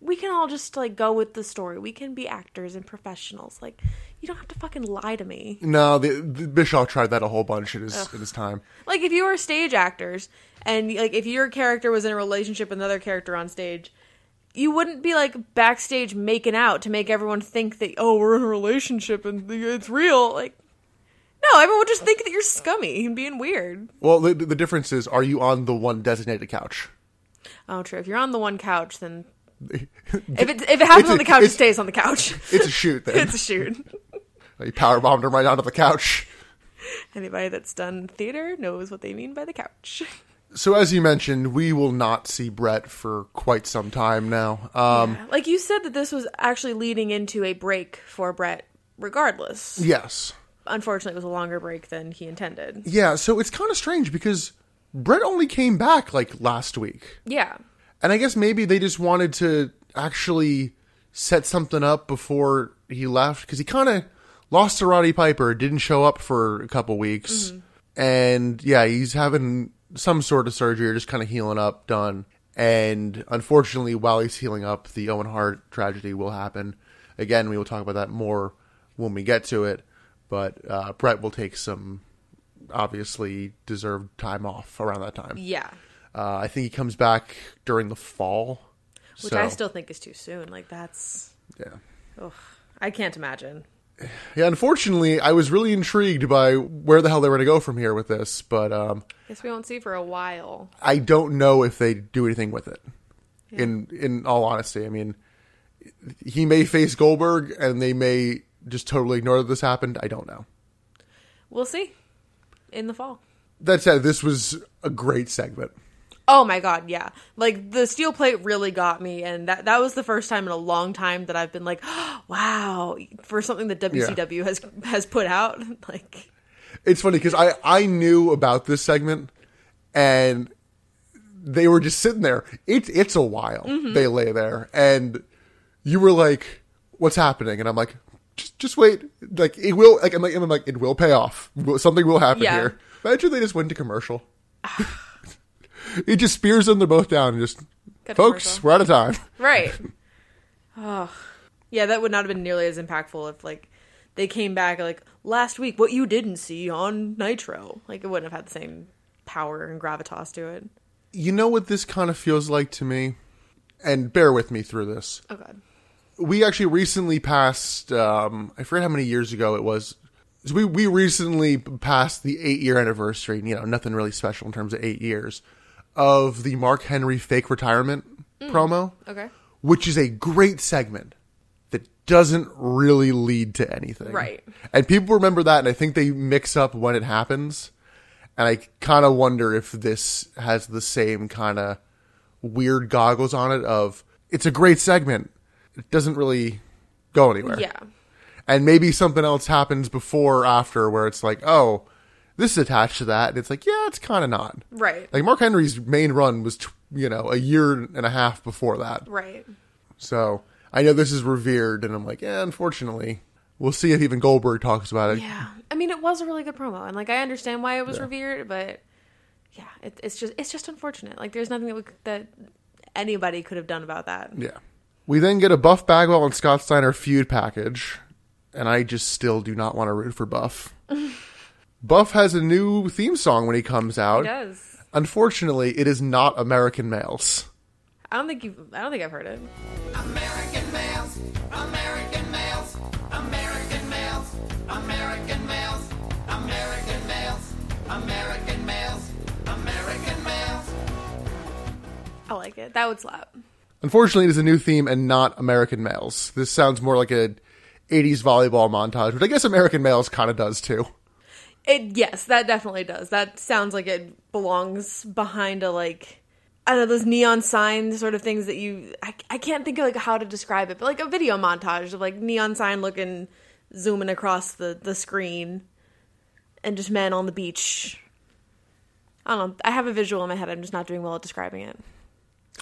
[SPEAKER 2] we can all just like go with the story. We can be actors and professionals. Like you don't have to fucking lie to me.
[SPEAKER 1] No, the, the Bischoff tried that a whole bunch in his in his time.
[SPEAKER 2] Like if you were stage actors and like if your character was in a relationship with another character on stage, you wouldn't be like backstage making out to make everyone think that oh we're in a relationship and it's real. Like no, everyone would just think that you're scummy and being weird.
[SPEAKER 1] Well, the, the difference is, are you on the one designated couch?
[SPEAKER 2] Oh, true. If you're on the one
[SPEAKER 1] [LAUGHS]
[SPEAKER 2] couch, then if it if it happens
[SPEAKER 1] a-
[SPEAKER 2] on the couch, it
[SPEAKER 1] it's-
[SPEAKER 2] stays on the
[SPEAKER 1] [LAUGHS]
[SPEAKER 2] couch. [LAUGHS]
[SPEAKER 1] It's a shoot. Then
[SPEAKER 2] it's a shoot.
[SPEAKER 1] you power bombed him right onto the couch.
[SPEAKER 2] Anybody that's done theater knows what they mean by the couch. [LAUGHS]
[SPEAKER 1] So as you mentioned, we will not see Brett for quite some time now. Um,
[SPEAKER 2] like you said that this was actually leading into a break for Brett. Regardless,
[SPEAKER 1] Yes.
[SPEAKER 2] unfortunately it was a longer break than he intended.
[SPEAKER 1] Yeah, so it's kind of strange because Brett only came back like last week.
[SPEAKER 2] Yeah.
[SPEAKER 1] And I guess maybe they just wanted to actually set something up before he left because he kind of lost to Roddy Piper, didn't show up for a couple weeks. And yeah, he's having some sort of surgery or just kind of healing up, done. And unfortunately, while he's healing up, the Owen Hart tragedy will happen. Again, we will talk about that more when we get to it. But uh, Brett will take some obviously deserved time off around that time.
[SPEAKER 2] Yeah.
[SPEAKER 1] Uh, I think he comes back during the fall.
[SPEAKER 2] Which
[SPEAKER 1] so,
[SPEAKER 2] I still think is too soon. Like that's
[SPEAKER 1] Yeah.
[SPEAKER 2] ugh, I can't imagine.
[SPEAKER 1] Yeah, unfortunately, I was really intrigued by where the hell they were going to go from here with this, but um,
[SPEAKER 2] Guess we won't see for a while.
[SPEAKER 1] I don't know if they do anything with it. In in all honesty, I mean, he may face Goldberg, and they may just totally ignore that this happened. I don't know.
[SPEAKER 2] We'll see. In the fall.
[SPEAKER 1] That said, this was a great segment.
[SPEAKER 2] Oh my god, yeah. Like the steel plate really got me and that that was the first time in a long time that I've been like, [GASPS] wow, for something that WCW has has put out. [LAUGHS] Like
[SPEAKER 1] It's funny because I I knew about this segment, and they were just sitting there. It's it's a while
[SPEAKER 2] Mm-hmm.
[SPEAKER 1] they lay there, and you were like, "What's happening?" And I'm like, "Just just wait. Like it will. Like I'm like I'm like it will pay off. Will- Something will happen
[SPEAKER 2] Yeah.
[SPEAKER 1] here." Imagine they just went to
[SPEAKER 2] [SIGHS]
[SPEAKER 1] commercial. [LAUGHS] it just spears them. They're both down. And just
[SPEAKER 2] Cut to
[SPEAKER 1] folks,
[SPEAKER 2] commercial."
[SPEAKER 1] we're out of time.
[SPEAKER 2] [LAUGHS] Right. oh. Yeah, that would not have been nearly as impactful if like they came back like last week what you didn't see on Nitro. Like it wouldn't have had the same power and gravitas to it.
[SPEAKER 1] You know what this kind of feels like to me, and bear with me through this.
[SPEAKER 2] Oh god.
[SPEAKER 1] we actually recently passed um i forget how many years ago it was so we we recently passed the eight year anniversary and, you know nothing really special in terms of eight years of the mark henry fake retirement promo
[SPEAKER 2] Okay.
[SPEAKER 1] which is a great segment that doesn't really lead to anything
[SPEAKER 2] Right.
[SPEAKER 1] and people remember that and i think they mix up when it happens and i kind of wonder if this has the same kind of weird goggles on it of it's a great segment it doesn't really go anywhere
[SPEAKER 2] Yeah.
[SPEAKER 1] and maybe something else happens before or after where it's like oh this is attached to that and it's like yeah it's kind of not
[SPEAKER 2] Right.
[SPEAKER 1] like mark henry's main run was tw- you know a year and a half before that
[SPEAKER 2] right.
[SPEAKER 1] so i know this is revered and i'm like yeah unfortunately we'll see if even goldberg talks about it
[SPEAKER 2] Yeah. I mean, it was a really good promo, and like I understand why it was revered, but yeah, it, it's just it's just unfortunate. Like, there's nothing that we, c- that anybody could have done about that.
[SPEAKER 1] Yeah. We then get a Buff Bagwell and Scott Steiner feud package, and I just still do not want to root for
[SPEAKER 2] [LAUGHS]
[SPEAKER 1] Buff. Buff has a new theme song when he comes out.
[SPEAKER 2] He does.
[SPEAKER 1] Unfortunately, it is not American Males.
[SPEAKER 2] I don't think you. I don't think I've heard it.
[SPEAKER 3] American males, American males, American males, American males, American males, American males, American males.
[SPEAKER 2] I like it. That would slap.
[SPEAKER 1] Unfortunately, it is a new theme and not American Males. This sounds more like a 80s volleyball montage, which I guess American Males kind of does too.
[SPEAKER 2] It yes, that definitely does. That sounds like it belongs behind a like I don't know those neon sign sort of things that you I, I can't think of like how to describe it, but like a video montage of like neon sign looking zooming across the the screen and just men on the beach. I don't know. I have a visual in my head. I'm just not doing well at describing it.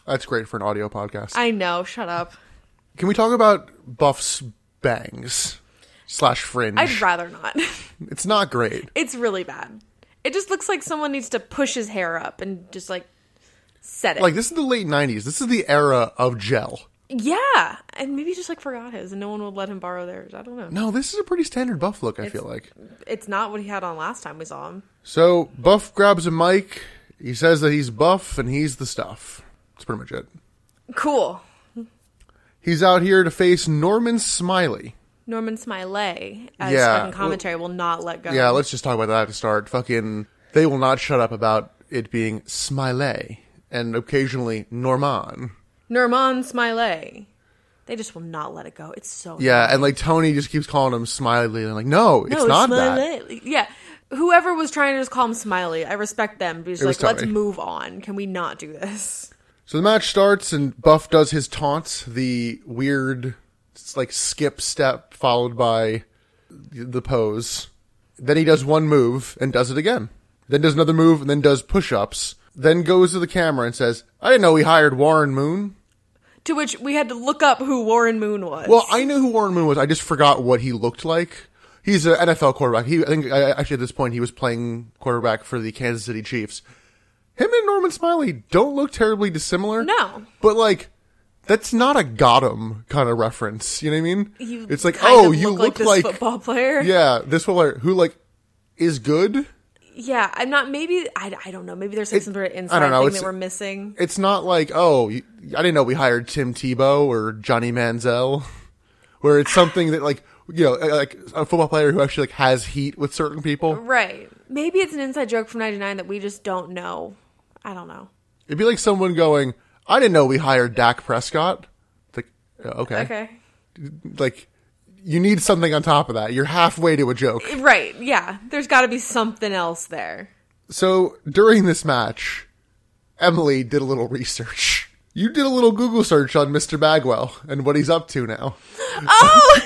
[SPEAKER 1] That's great for an audio podcast.
[SPEAKER 2] I know. Shut up.
[SPEAKER 1] Can we talk about Buff's bangs slash fringe?
[SPEAKER 2] I'd rather not. [LAUGHS]
[SPEAKER 1] it's not great.
[SPEAKER 2] it's really bad. It just looks like someone needs to push his hair up and just like set it.
[SPEAKER 1] Like, this is the late 90s. This is the era of gel.
[SPEAKER 2] Yeah, and maybe he just like forgot his, and no one would let him borrow theirs. I don't know.
[SPEAKER 1] No, this is a pretty standard Buff look, I feel like.
[SPEAKER 2] It's not what he had on last time we saw him.
[SPEAKER 1] So Buff grabs a mic. He says that he's Buff and he's the stuff. That's pretty much it.
[SPEAKER 2] Cool.
[SPEAKER 1] He's out here to face Norman Smiley.
[SPEAKER 2] Norman Smiley as
[SPEAKER 1] Yeah,
[SPEAKER 2] fucking commentary will not let go.
[SPEAKER 1] Yeah, let's just talk about that to start. Fucking, they will not shut up about it being Smiley and occasionally Norman.
[SPEAKER 2] Norman Smiley. They just will not let it go. It's so
[SPEAKER 1] Yeah, and like Tony just keeps calling him Smiley. And like, no, it's not that.
[SPEAKER 2] Smiley. Yeah. Whoever was trying to just call him Smiley, I respect them. But he's
[SPEAKER 1] It was
[SPEAKER 2] like, let's
[SPEAKER 1] Tony.
[SPEAKER 2] move on. Can we not do this?
[SPEAKER 1] So the match starts and Buff does his taunt, the weird, s- like skip step followed by the pose. Then he does one move and does it again. Then does another move and then does push ups. Then goes to the camera and says, "I didn't know we hired Warren Moon."
[SPEAKER 2] To which we had to look up who Warren Moon was.
[SPEAKER 1] Well, I knew who Warren Moon was. I just forgot what he looked like. He's an NFL quarterback. He, I think, I, actually, at this point, he was playing quarterback for the Kansas City Chiefs. Him and Norman Smiley don't look terribly dissimilar.
[SPEAKER 2] No.
[SPEAKER 1] but like, that's not a Gotham kind of reference. You know what I mean?
[SPEAKER 2] You
[SPEAKER 1] it's like,
[SPEAKER 2] kind
[SPEAKER 1] oh,
[SPEAKER 2] of
[SPEAKER 1] you look
[SPEAKER 2] this
[SPEAKER 1] like,
[SPEAKER 2] football
[SPEAKER 1] [LAUGHS]
[SPEAKER 2] player.
[SPEAKER 1] yeah, this player who like is good.
[SPEAKER 2] Yeah, I'm not. Maybe I, I don't know. Maybe there's like some sort of inside
[SPEAKER 1] know,
[SPEAKER 2] thing
[SPEAKER 1] it's-
[SPEAKER 2] that we're missing.
[SPEAKER 1] It's not like, oh, you, I didn't know we hired Tim Tebow or Johnny Manziel, [LAUGHS] where it's something that like you know, like a football player who actually like has heat with certain people.
[SPEAKER 2] Right. Maybe it's an inside joke from '99 that we just don't know. I don't know.
[SPEAKER 1] It'd be like someone going, I didn't know we hired Dak Prescott. It's like, oh, okay.
[SPEAKER 2] Okay.
[SPEAKER 1] Like, you need something on top of that. You're halfway to a joke.
[SPEAKER 2] Right. Yeah. There's got to be something else there.
[SPEAKER 1] So during this match, Emily did a little research. You did a little Google search on Mr. Bagwell and what he's up to now.
[SPEAKER 2] Oh!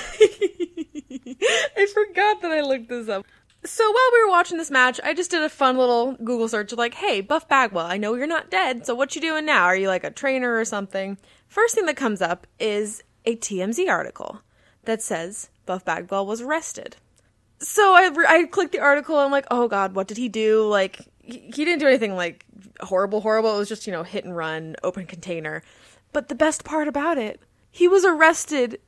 [SPEAKER 2] I forgot that I looked this up. So while we were watching this match, I just did a fun little Google search of like, hey, Buff Bagwell, I know you're not dead, so what you doing now? Are you like a trainer or something? First thing that comes up is a TMZ article that says Buff Bagwell was arrested. So I, re- I clicked the article. I'm like, oh god, what did he do? Like, he, he didn't do anything like horrible, horrible. It was just you know hit and run, open container. But the best part about it, he was arrested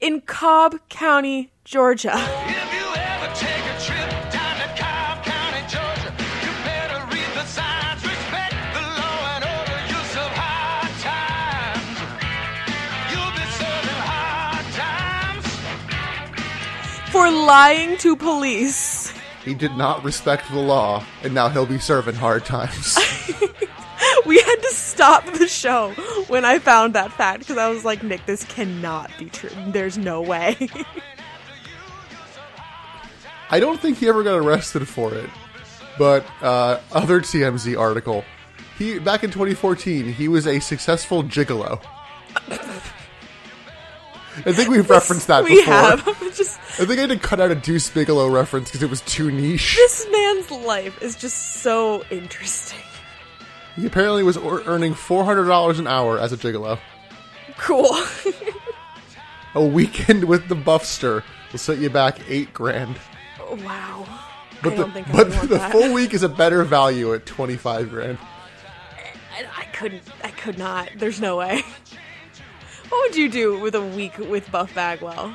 [SPEAKER 2] in Cobb County, Georgia. [LAUGHS]
[SPEAKER 3] If you ever take a trip down to Cobb County, Georgia, you better read the signs, respect the law and order, you'll serve hard times. You'll be serving hard times.
[SPEAKER 2] For lying to police. [LAUGHS]
[SPEAKER 1] He did not respect the law, and now he'll be serving hard
[SPEAKER 2] [LAUGHS]
[SPEAKER 1] times.
[SPEAKER 2] We had to stop the show when I found that fact because I was like, Nick, this cannot be true. There's no way.
[SPEAKER 1] I don't think he ever got arrested for it, but uh, other TMZ article. He back in 2014, he was a successful gigolo. I think we've [LAUGHS] referenced that
[SPEAKER 2] we
[SPEAKER 1] before.
[SPEAKER 2] have. [LAUGHS] just
[SPEAKER 1] I think I had to cut out a Deuce Bigelow reference because it was too niche.
[SPEAKER 2] this man's life is just so interesting. [LAUGHS]
[SPEAKER 1] He apparently was or- earning $400 an hour as a gigolo.
[SPEAKER 2] Cool. [LAUGHS]
[SPEAKER 1] A weekend with the Buffster will set you back eight grand.
[SPEAKER 2] wow.
[SPEAKER 1] But the,
[SPEAKER 2] I don't think I
[SPEAKER 1] but
[SPEAKER 2] would want
[SPEAKER 1] the
[SPEAKER 2] that.
[SPEAKER 1] full week
[SPEAKER 2] [LAUGHS]
[SPEAKER 1] is a better value at 25 grand.
[SPEAKER 2] I, I couldn't. I could not. There's no way. What would you do with a week with Buff Bagwell?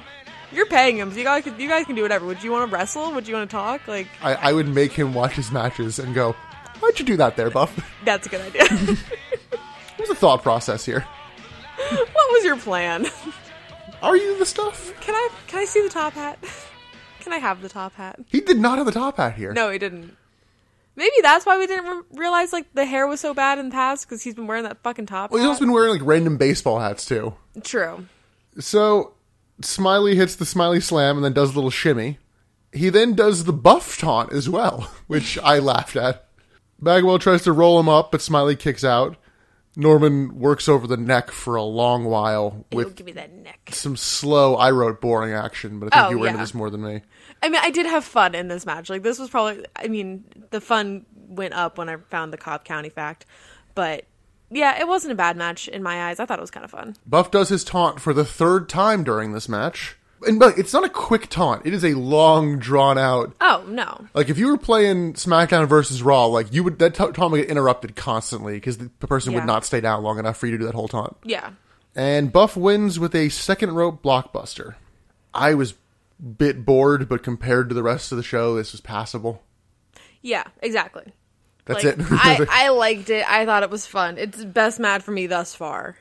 [SPEAKER 2] You're paying him. So you guys, can, you guys can do whatever. Would you want to wrestle? Would you want to talk? Like
[SPEAKER 1] I, I would make him watch his matches and go, "Why'd you do that there, Buff?
[SPEAKER 2] that's a good idea. [LAUGHS]
[SPEAKER 1] What was the thought process here?
[SPEAKER 2] what was your plan?
[SPEAKER 1] Are you the stuff?"
[SPEAKER 2] Can I can I see the top hat? Can I have the top hat?
[SPEAKER 1] He did not have the top hat here.
[SPEAKER 2] No, he didn't. Maybe that's why we didn't re- realize like the hair was so bad in the past because he's been wearing that fucking top.
[SPEAKER 1] Well, he's
[SPEAKER 2] hat.
[SPEAKER 1] also been wearing like random baseball hats too.
[SPEAKER 2] True.
[SPEAKER 1] So Smiley hits the Smiley Slam and then does a little shimmy. He then does the buff taunt as well, [LAUGHS] which I laughed at. Bagwell tries to roll him up, but Smiley kicks out. Norman works over the neck for a long while
[SPEAKER 2] It'll
[SPEAKER 1] with
[SPEAKER 2] give me that neck.
[SPEAKER 1] some slow, I wrote boring action, but I think
[SPEAKER 2] Oh,
[SPEAKER 1] you were into
[SPEAKER 2] yeah.
[SPEAKER 1] this more than me.
[SPEAKER 2] I mean, I did have fun in this match. Like this was probably. I mean, the fun went up when I found the Cobb County fact, but yeah, it wasn't a bad match in my eyes. I thought it was kind of fun.
[SPEAKER 1] Buff does his taunt for the third time during this match. And but it's not a quick taunt, it is a long, drawn out
[SPEAKER 2] Oh no,
[SPEAKER 1] Like if you were playing SmackDown versus Raw, like you would that ta- taunt would get interrupted constantly because the person
[SPEAKER 2] Yeah.
[SPEAKER 1] would not stay down long enough for you to do that whole taunt.
[SPEAKER 2] yeah,
[SPEAKER 1] And Buff wins with a second rope blockbuster. I was bit bored, but compared to the rest of the show, this was passable.
[SPEAKER 2] yeah, exactly.
[SPEAKER 1] That's
[SPEAKER 2] like,
[SPEAKER 1] it. [LAUGHS]
[SPEAKER 2] I, I liked it. I thought it was fun. It's the best match for me thus far.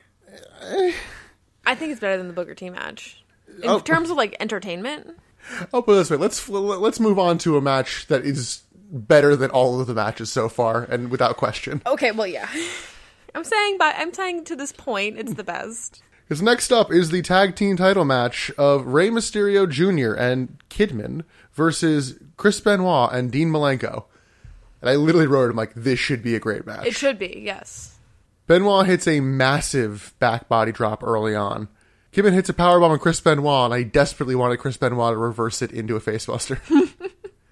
[SPEAKER 2] I think it's better than the Booker T match. In
[SPEAKER 1] Oh.
[SPEAKER 2] terms of like entertainment,
[SPEAKER 1] I'll put it this way: let's fl- let's move on to a match that is better than all of the matches so far, and without question.
[SPEAKER 2] okay, well, yeah. I'm saying, by I'm saying to this point, it's the best.
[SPEAKER 1] Because next up is the tag team title match of Rey Mysterio Jr. and Kidman versus Chris Benoit and Dean Malenko. And I literally wrote, I'm like, this should be a great match.
[SPEAKER 2] It should be, yes.
[SPEAKER 1] Benoit hits a massive back body drop early on. Kidman hits a powerbomb on Chris Benoit, and I desperately wanted Chris Benoit to reverse it into a facebuster.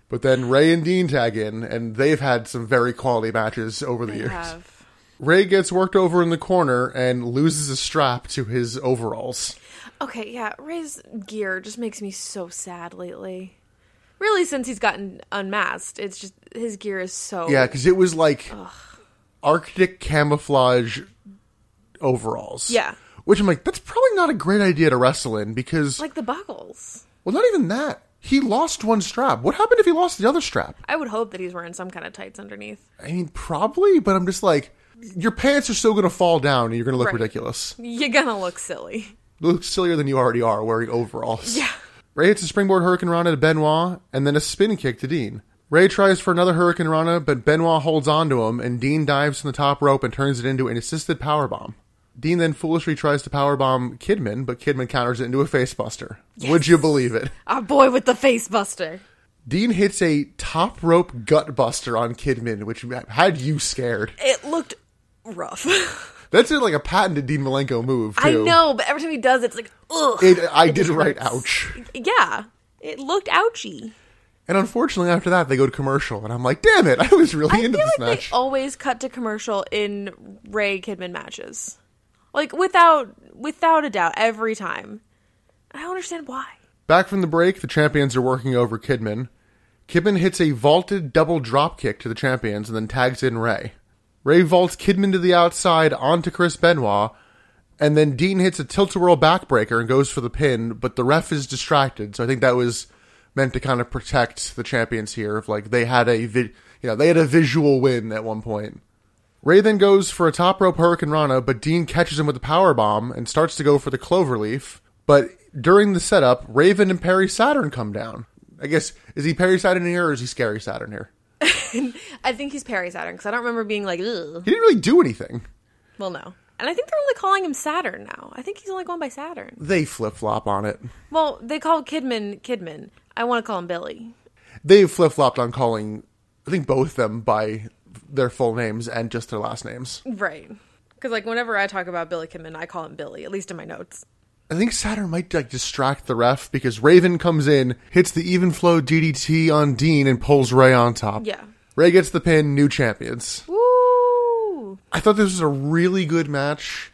[SPEAKER 1] but then Ray and Dean tag in, and they've had some very quality matches over the
[SPEAKER 2] We
[SPEAKER 1] years.
[SPEAKER 2] have.
[SPEAKER 1] Ray gets worked over in the corner and loses a strap to his overalls.
[SPEAKER 2] Okay, yeah. Ray's gear just makes me so sad lately. Really, since he's gotten unmasked, it's just his gear is so
[SPEAKER 1] Yeah, because it was like Arctic camouflage overalls.
[SPEAKER 2] Yeah.
[SPEAKER 1] Which I'm like, that's probably not a great idea to wrestle in because,
[SPEAKER 2] like the buckles.
[SPEAKER 1] well, not even that. He lost one strap. What happened if he lost the other strap?
[SPEAKER 2] I would hope that he's wearing some kind of tights underneath.
[SPEAKER 1] I mean, probably, but I'm just like, your pants are still going to fall down and you're going to look
[SPEAKER 2] Right.
[SPEAKER 1] ridiculous.
[SPEAKER 2] You're gonna look silly.
[SPEAKER 1] You look sillier than you already are wearing overalls. Yeah. Ray hits a springboard Hurricane Rana to Benoit and then a spin kick to Dean. Ray tries for another Hurricane Rana, but Benoit holds onto him and Dean dives from the top rope and turns it into an assisted powerbomb. Dean then foolishly tries to powerbomb Kidman, but Kidman counters it into a facebuster. Would you believe it?
[SPEAKER 2] Our boy with the face buster.
[SPEAKER 1] Dean hits a top rope gutbuster on Kidman, which had you scared.
[SPEAKER 2] It looked [LAUGHS] rough.
[SPEAKER 1] That's like a patented Dean Malenko move, too.
[SPEAKER 2] I know, but every time he does it, it's like, ugh.
[SPEAKER 1] It, I did
[SPEAKER 2] just
[SPEAKER 1] write
[SPEAKER 2] hurts.
[SPEAKER 1] ouch.
[SPEAKER 2] Yeah. It looked ouchy.
[SPEAKER 1] And unfortunately, after that, they go to commercial, and I'm like, damn it, [LAUGHS] I was really
[SPEAKER 2] I feel
[SPEAKER 1] into this
[SPEAKER 2] like
[SPEAKER 1] match.
[SPEAKER 2] they always cut to commercial in Ray Kidman matches. Like without without a doubt, every time. I don't understand why.
[SPEAKER 1] Back from the break, the champions are working over Kidman. Kidman hits a vaulted double dropkick to the champions and then tags in Ray. Ray vaults Kidman to the outside onto Chris Benoit, and then Dean hits a tilt a whirl backbreaker and goes for the pin, but the ref is distracted. So I think that was meant to kind of protect the champions here. Of like they had a vi- you know they had a visual win at one point. Ray then goes for a top rope Hurricane Rana, but Dean catches him with a power bomb and starts to go for the cloverleaf. But during the setup, Raven and Perry Saturn come down. I guess is he Perry Saturn here or is he Scary Saturn here?
[SPEAKER 2] I think he's Perry Saturn because I don't remember being like, ugh.
[SPEAKER 1] He didn't really do anything.
[SPEAKER 2] Well, no. And I think they're only calling him Saturn now. I think he's only going by Saturn.
[SPEAKER 1] They flip flop on it.
[SPEAKER 2] Well, they call Kidman Kidman. I want to call him Billy.
[SPEAKER 1] They flip flopped on calling, I think both them by their full names and just their last names.
[SPEAKER 2] Right. Because, like, whenever I talk about Billy Kidman, I call him Billy, at least in my notes.
[SPEAKER 1] I think Saturn might like distract the ref because Raven comes in, hits the even flow DDT on Dean, and pulls Ray on top.
[SPEAKER 2] Yeah.
[SPEAKER 1] Ray gets the pin, new champions.
[SPEAKER 2] Woo!
[SPEAKER 1] I thought this was a really good match.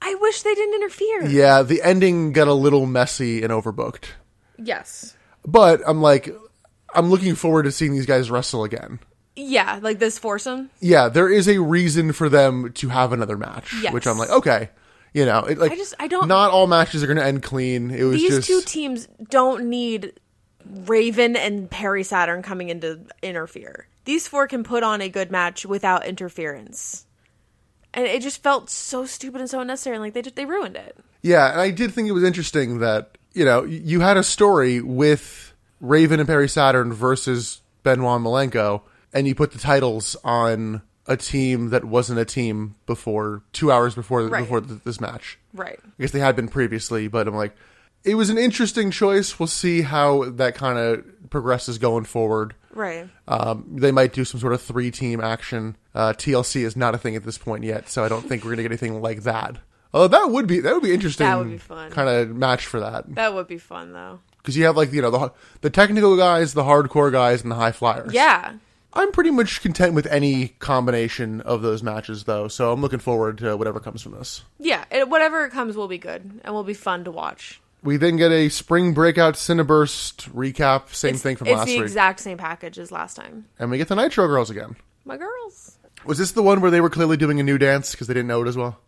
[SPEAKER 2] I wish they didn't interfere.
[SPEAKER 1] Yeah, the ending got a little messy and overbooked.
[SPEAKER 2] Yes.
[SPEAKER 1] But I'm like, I'm looking forward to seeing these guys wrestle again.
[SPEAKER 2] Yeah, like this foursome.
[SPEAKER 1] Yeah, there is a reason for them to have another match,
[SPEAKER 2] Yes.
[SPEAKER 1] which I'm like, okay, You know, it, like
[SPEAKER 2] I just- I don't-
[SPEAKER 1] Not all matches are going to end clean. It was
[SPEAKER 2] These
[SPEAKER 1] just
[SPEAKER 2] two teams don't need Raven and Perry Saturn coming in to interfere. These four can put on a good match without interference. And it just felt so stupid and so unnecessary. And like they just, they ruined it.
[SPEAKER 1] Yeah, and I did think it was interesting that, you know, y- you had a story with Raven and Perry Saturn versus Benoit and Malenko, and you put the titles on a team that wasn't a team before, two hours before,
[SPEAKER 2] Right.
[SPEAKER 1] before th- this match.
[SPEAKER 2] Right.
[SPEAKER 1] I guess they had been previously, but I'm like, it was an interesting choice. We'll see how that kind of progresses going forward.
[SPEAKER 2] Right.
[SPEAKER 1] Um, they might do some sort of three team action. Uh, TLC is not a thing at this point yet, so I don't think we're gonna get anything like that. Although that would be that would be interesting.
[SPEAKER 2] That would be fun.
[SPEAKER 1] Kind of match for that
[SPEAKER 2] That would be fun though.
[SPEAKER 1] because you have like you know the the technical guys, the hardcore guys, and the high flyers.
[SPEAKER 2] Yeah.
[SPEAKER 1] I'm pretty much content with any combination of those matches though, so I'm looking forward to whatever comes from this.
[SPEAKER 2] Yeah. It, whatever comes will be good and will be fun to watch.
[SPEAKER 1] We then get a spring breakout Cineburst recap, same
[SPEAKER 2] It's-
[SPEAKER 1] thing from
[SPEAKER 2] it's
[SPEAKER 1] last
[SPEAKER 2] the
[SPEAKER 1] week,
[SPEAKER 2] exact same package as last time.
[SPEAKER 1] and we get the Nitro Girls again.
[SPEAKER 2] My girls.
[SPEAKER 1] Was this the one where they were clearly doing a new dance because they didn't know it as well?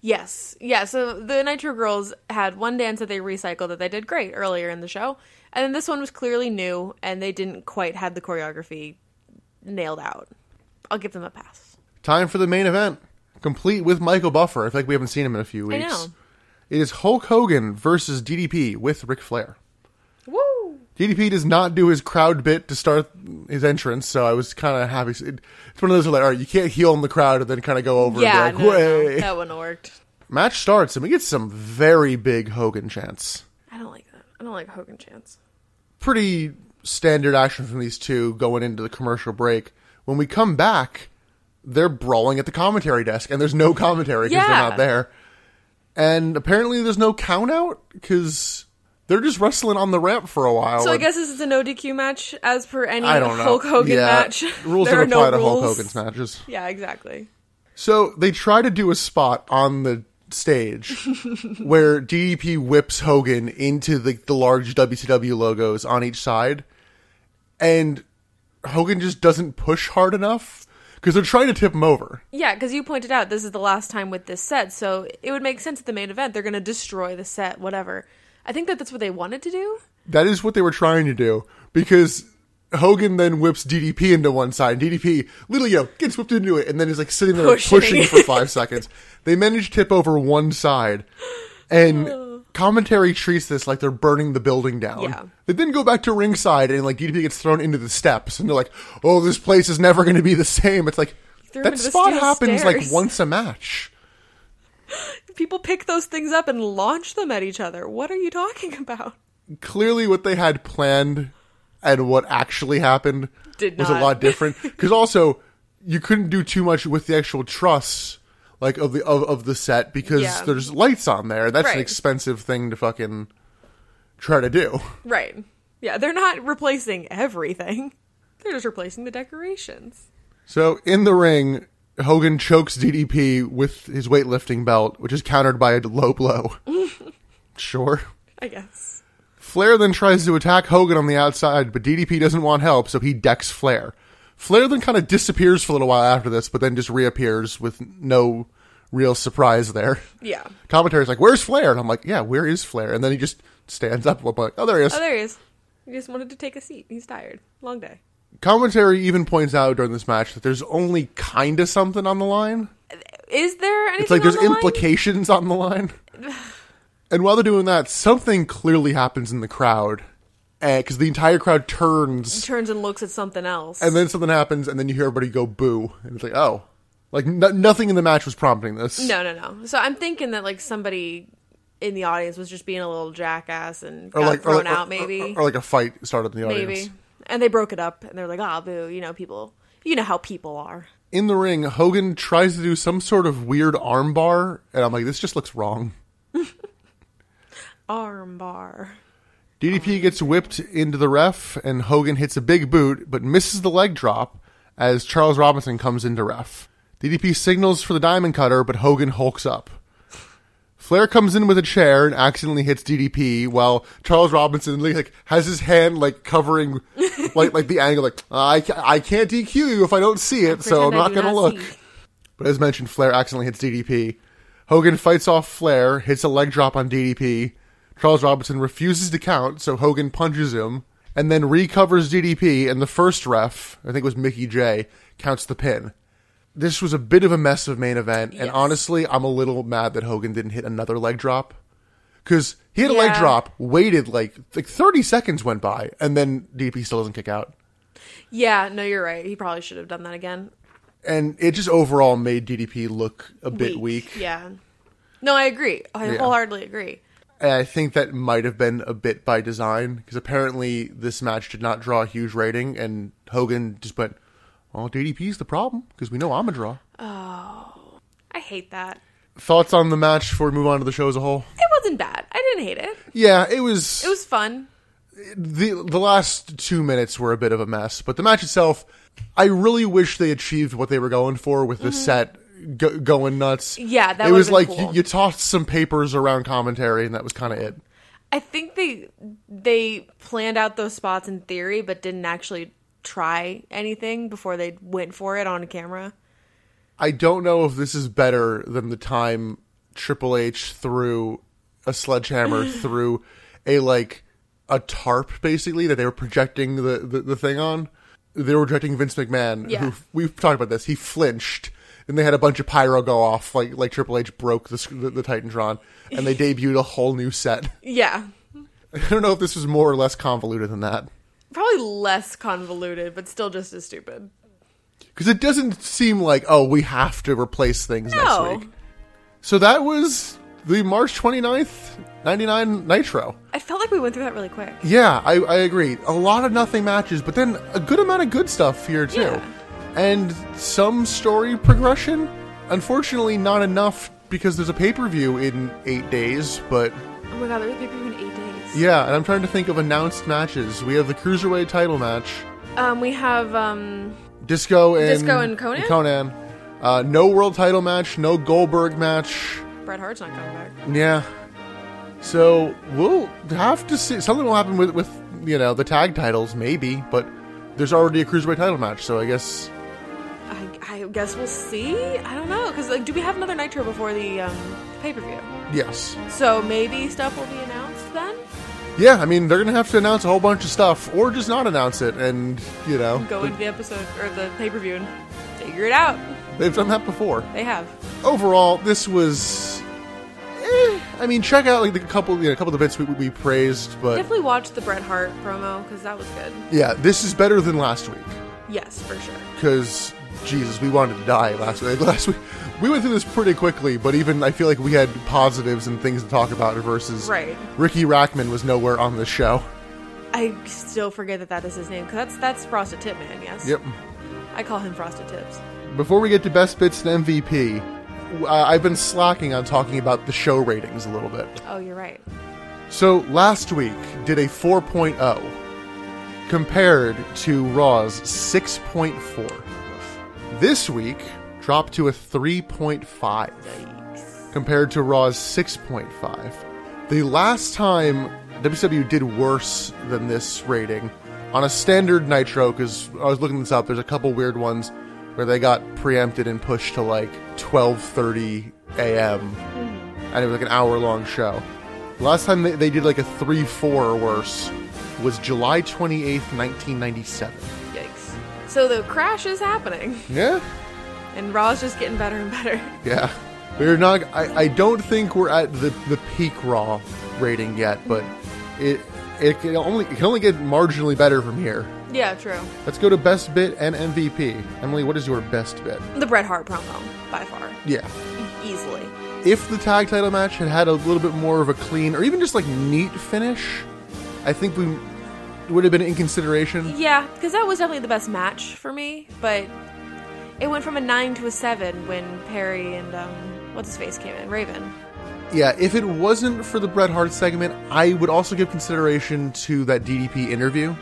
[SPEAKER 2] Yes. Yeah. So the Nitro Girls had one dance that they recycled that they did great earlier in the show. And then this one was clearly new and they didn't quite have the choreography nailed out. I'll give them a pass.
[SPEAKER 1] Time for the main event, complete with Michael Buffer. I feel like we haven't seen him in a few
[SPEAKER 2] I
[SPEAKER 1] weeks.
[SPEAKER 2] know.
[SPEAKER 1] It is Hulk Hogan versus DDP with Ric Flair.
[SPEAKER 2] Woo!
[SPEAKER 1] DDP does not do his crowd bit to start his entrance, so I was kind of happy. It- It's one of those where, like, all right, you can't heal in the crowd and then kind of go over
[SPEAKER 2] Yeah,
[SPEAKER 1] and
[SPEAKER 2] no,
[SPEAKER 1] be
[SPEAKER 2] no,
[SPEAKER 1] like,
[SPEAKER 2] no.
[SPEAKER 1] "Way."
[SPEAKER 2] that one worked.
[SPEAKER 1] Match starts and we get some very big Hogan chants.
[SPEAKER 2] I don't like that. I don't like Hogan Chance.
[SPEAKER 1] Pretty standard action from these two going into the commercial break. When we come back, they're brawling at the commentary desk, and there's no commentary because
[SPEAKER 2] Yeah.
[SPEAKER 1] they're not there. And apparently, there's no count out because they're just wrestling on the ramp for a while.
[SPEAKER 2] So I
[SPEAKER 1] And
[SPEAKER 2] guess this is a no DQ match, as per any
[SPEAKER 1] Oh, I don't know.
[SPEAKER 2] Hulk Hogan
[SPEAKER 1] Yeah,
[SPEAKER 2] match.
[SPEAKER 1] Rules
[SPEAKER 2] there
[SPEAKER 1] don't
[SPEAKER 2] are
[SPEAKER 1] apply
[SPEAKER 2] no
[SPEAKER 1] to
[SPEAKER 2] rules.
[SPEAKER 1] Hulk Hogan's matches.
[SPEAKER 2] Yeah, exactly.
[SPEAKER 1] So they try to do a spot on the stage where DDP whips Hogan into the, the large WCW logos on each side, and Hogan just doesn't push hard enough because they're trying to tip him over.
[SPEAKER 2] Yeah, because you pointed out this is the last time with this set, so it would make sense at the main event. They're going to destroy the set, whatever. I think that that's what they wanted to do.
[SPEAKER 1] That is what they were trying to do because Hogan then whips DDP into one side. And DDP literally you know, gets whipped into it and then is like sitting there pushing,
[SPEAKER 2] Pushing.
[SPEAKER 1] for five [LAUGHS] seconds. They manage to tip over one side,
[SPEAKER 2] [SIGHS]
[SPEAKER 1] and commentary treats this like they're burning the building down.
[SPEAKER 2] Yeah.
[SPEAKER 1] They then go back to ringside and like DDP gets thrown into the steps and they're like, "Oh, this place is never going to be the same." It's like
[SPEAKER 2] threw him
[SPEAKER 1] that
[SPEAKER 2] into the
[SPEAKER 1] spot
[SPEAKER 2] steel
[SPEAKER 1] happens like
[SPEAKER 2] stairs.
[SPEAKER 1] once a match.
[SPEAKER 2] People pick those things up and launch them at each other. What are you talking [LAUGHS] about?
[SPEAKER 1] clearly what they had planned and what actually happened
[SPEAKER 2] Did
[SPEAKER 1] was
[SPEAKER 2] not. [LAUGHS]
[SPEAKER 1] a lot different because also you couldn't do too much with the actual truss like of the of, of the set because
[SPEAKER 2] Yeah.
[SPEAKER 1] there's lights on there that's an
[SPEAKER 2] Right.
[SPEAKER 1] expensive thing to fucking try to do
[SPEAKER 2] Right. Yeah, they're not replacing everything. They're just replacing the decorations.
[SPEAKER 1] so in the ring hogan chokes ddp with his weightlifting belt which is countered by a low
[SPEAKER 2] [LAUGHS]
[SPEAKER 1] blow sure
[SPEAKER 2] I guess.
[SPEAKER 1] Flair then tries to attack Hogan on the outside, but DDP doesn't want help, so he decks Flair. Flair then kind of disappears for a little while after this, but then just reappears with no real surprise there.
[SPEAKER 2] Yeah.
[SPEAKER 1] Commentary's like, Where's Flair? And I'm like, Yeah, where is Flair? And then he just stands up. I'm like, Oh, there he is.
[SPEAKER 2] Oh, there he is. He just wanted to take a seat. He's tired. Long day.
[SPEAKER 1] Commentary even points out during this match that there's only kind of something on the line.
[SPEAKER 2] Is there anything?
[SPEAKER 1] It's like there's
[SPEAKER 2] on the line?
[SPEAKER 1] implications on the
[SPEAKER 2] [SIGHS]
[SPEAKER 1] line. and while they're doing that, something clearly happens in the crowd because the entire crowd turns
[SPEAKER 2] Turns and looks at something else.
[SPEAKER 1] and then something happens, and then you hear everybody go boo, and it's like, oh, like no- nothing in the match was prompting this.
[SPEAKER 2] No, no, no. So I'm thinking that like somebody in the audience was just being a little jackass and
[SPEAKER 1] or
[SPEAKER 2] got
[SPEAKER 1] like or
[SPEAKER 2] thrown
[SPEAKER 1] like-
[SPEAKER 2] out,
[SPEAKER 1] or-
[SPEAKER 2] maybe,
[SPEAKER 1] or, or like a fight started in the audience.
[SPEAKER 2] maybe. And they broke it up, and they're like, "Ah, boo!" You know, people. You know how people are.
[SPEAKER 1] In the ring, Hogan tries to do some sort of weird armbar, and I'm like, this just looks wrong.
[SPEAKER 2] Armbar.
[SPEAKER 1] DDP gets whipped into the ref, and Hogan hits a big boot, but misses the leg drop as Charles Robinson comes into ref. DDP signals for the diamond cutter, but Hogan hulks up. Flair comes in with a chair and accidentally hits DDP, while Charles Robinson like has his hand like covering like like the angle, like I ca- I can't DQ you if I don't see it, so I'm
[SPEAKER 2] Pretend I
[SPEAKER 1] not
[SPEAKER 2] do
[SPEAKER 1] gonna
[SPEAKER 2] not
[SPEAKER 1] look.
[SPEAKER 2] see.
[SPEAKER 1] But as mentioned, Flair accidentally hits DDP. Hogan fights off Flair, hits a leg drop on DDP. Charles Robinson refuses to count, so Hogan punches him and then recovers DDP. And the first ref, I think it was Mickey J, counts the pin. This was a bit of a mess of main event, and
[SPEAKER 2] Yes.
[SPEAKER 1] honestly, I'm a little mad that Hogan didn't hit another leg drop because he had a leg
[SPEAKER 2] Yeah.
[SPEAKER 1] drop, waited like like 30 seconds went by, and then DDP still doesn't kick out.
[SPEAKER 2] Yeah, no, you're right. He probably should have done that again.
[SPEAKER 1] and it just overall made DDP look a bit weak.
[SPEAKER 2] Yeah. No, I agree. I
[SPEAKER 1] Yeah.
[SPEAKER 2] wholeheartedly agree.
[SPEAKER 1] And I think that might have been a bit by design because apparently this match did not draw a huge rating, and Hogan just went, "Well, DDP's the problem because we know I'm a draw."
[SPEAKER 2] I hate that.
[SPEAKER 1] Thoughts on the match before we move on to the show as a whole?
[SPEAKER 2] It wasn't bad. I didn't hate it.
[SPEAKER 1] Yeah, it was,
[SPEAKER 2] It was fun.
[SPEAKER 1] the the last two minutes were a bit of a mess, but the match itself, I really wish they achieved what they were going for with the set go, going nuts.
[SPEAKER 2] Mm-hmm. Yeah, that
[SPEAKER 1] it was like
[SPEAKER 2] would've been
[SPEAKER 1] you,
[SPEAKER 2] cool.
[SPEAKER 1] you tossed some papers around commentary, and that was kind of it.
[SPEAKER 2] I think they they planned out those spots in theory, but didn't actually try anything before they went for it on camera.
[SPEAKER 1] I don't know if this is better than the time Triple H threw a sledgehammer through a like a tarp basically that they were projecting the, the, the thing on. They were projecting Vince McMahon,
[SPEAKER 2] Yeah.
[SPEAKER 1] who we've talked about this. He flinched, and they had a bunch of pyro go off, like like Triple H broke the sc- the, the Titantron, and they debuted a whole new set. [LAUGHS]
[SPEAKER 2] Yeah,
[SPEAKER 1] I don't know if this was more or less convoluted than that.
[SPEAKER 2] probably less convoluted, but still just as stupid.
[SPEAKER 1] Because it doesn't seem like, oh, we have to replace things
[SPEAKER 2] No.
[SPEAKER 1] next week. So that was the March 29th, 99 Nitro.
[SPEAKER 2] I felt like we went through that really quick.
[SPEAKER 1] Yeah, I, I agree. A lot of nothing matches, but then a good amount of good stuff here, too.
[SPEAKER 2] Yeah.
[SPEAKER 1] And some story progression. Unfortunately, not enough because there's a pay per view in eight days, but
[SPEAKER 2] Oh my god, there was paper in eight days.
[SPEAKER 1] yeah, and I'm trying to think of announced matches. We have the Cruiserweight title match,
[SPEAKER 2] Um, we have um,
[SPEAKER 1] Disco and,
[SPEAKER 2] Disco and Conan?
[SPEAKER 1] Conan. Uh, no world title match, no Goldberg match.
[SPEAKER 2] Bret Hart's not coming back.
[SPEAKER 1] Yeah. So we'll have to see. Something will happen with, with you know the tag titles, maybe. But there's already a cruiserweight title match, so I guess
[SPEAKER 2] I, I guess we'll see. I don't know because like, do we have another Nitro before the um, pay per view?
[SPEAKER 1] yes.
[SPEAKER 2] So maybe stuff will be announced then.
[SPEAKER 1] Yeah, I mean they're gonna have to announce a whole bunch of stuff, or just not announce it, and you know
[SPEAKER 2] Go into the episode or the pay per view and figure it out.
[SPEAKER 1] they've done that before.
[SPEAKER 2] They have.
[SPEAKER 1] Overall, this was. Eh, I mean, check out like the couple, you know, a couple of the bits we, we praised, but
[SPEAKER 2] Definitely watch the Bret Hart promo because that was good.
[SPEAKER 1] yeah, this is better than last week.
[SPEAKER 2] Yes, for sure.
[SPEAKER 1] because Jesus, we wanted to die last week. [LAUGHS] Last week, we went through this pretty quickly, but even I feel like we had positives and things to talk about versus
[SPEAKER 2] Right.
[SPEAKER 1] Ricky Rackman was nowhere on the show.
[SPEAKER 2] I still forget that that is his name because that's that's Frosted Tip Man. Yes.
[SPEAKER 1] Yep.
[SPEAKER 2] I call him Frosted Tips.
[SPEAKER 1] Before we get to best bits and MVP, w- uh, I've been slacking on talking about the show ratings a little bit.
[SPEAKER 2] Oh, you're right.
[SPEAKER 1] So last week did a 4.0 compared to Raw's 6.4. This week dropped to a 3.5.
[SPEAKER 2] Yikes.
[SPEAKER 1] compared to Raw's 6.5. The last time WCW did worse than this rating on a standard Nitro, because I was looking this up, there's a couple weird ones where they got preempted and pushed to like 12:30 a.m. and it was like an hour-long show. Last time they, they did like a 3-4 or worse was July 28th, 1997.
[SPEAKER 2] Yikes. So the crash is happening, [LAUGHS]
[SPEAKER 1] Yeah.
[SPEAKER 2] and Raw's just getting better and better. [LAUGHS]
[SPEAKER 1] Yeah. We're not I, I don't think we're at the, the peak raw rating yet, but it it can only it can only get marginally better from here.
[SPEAKER 2] Yeah, true.
[SPEAKER 1] Let's go to best bit and MVP. Emily, what is your best bit?
[SPEAKER 2] The Bret Hart promo, by far,
[SPEAKER 1] Yeah.
[SPEAKER 2] easily.
[SPEAKER 1] If the tag title match had had a little bit more of a clean or even just like neat finish, I think we would have been in consideration.
[SPEAKER 2] Yeah, because that was definitely the best match for me, but it went from a nine to a seven when Perry and um, what's his face came in, Raven.
[SPEAKER 1] Yeah, if it wasn't for the Bret Hart segment, I would also give consideration to that DDP interview.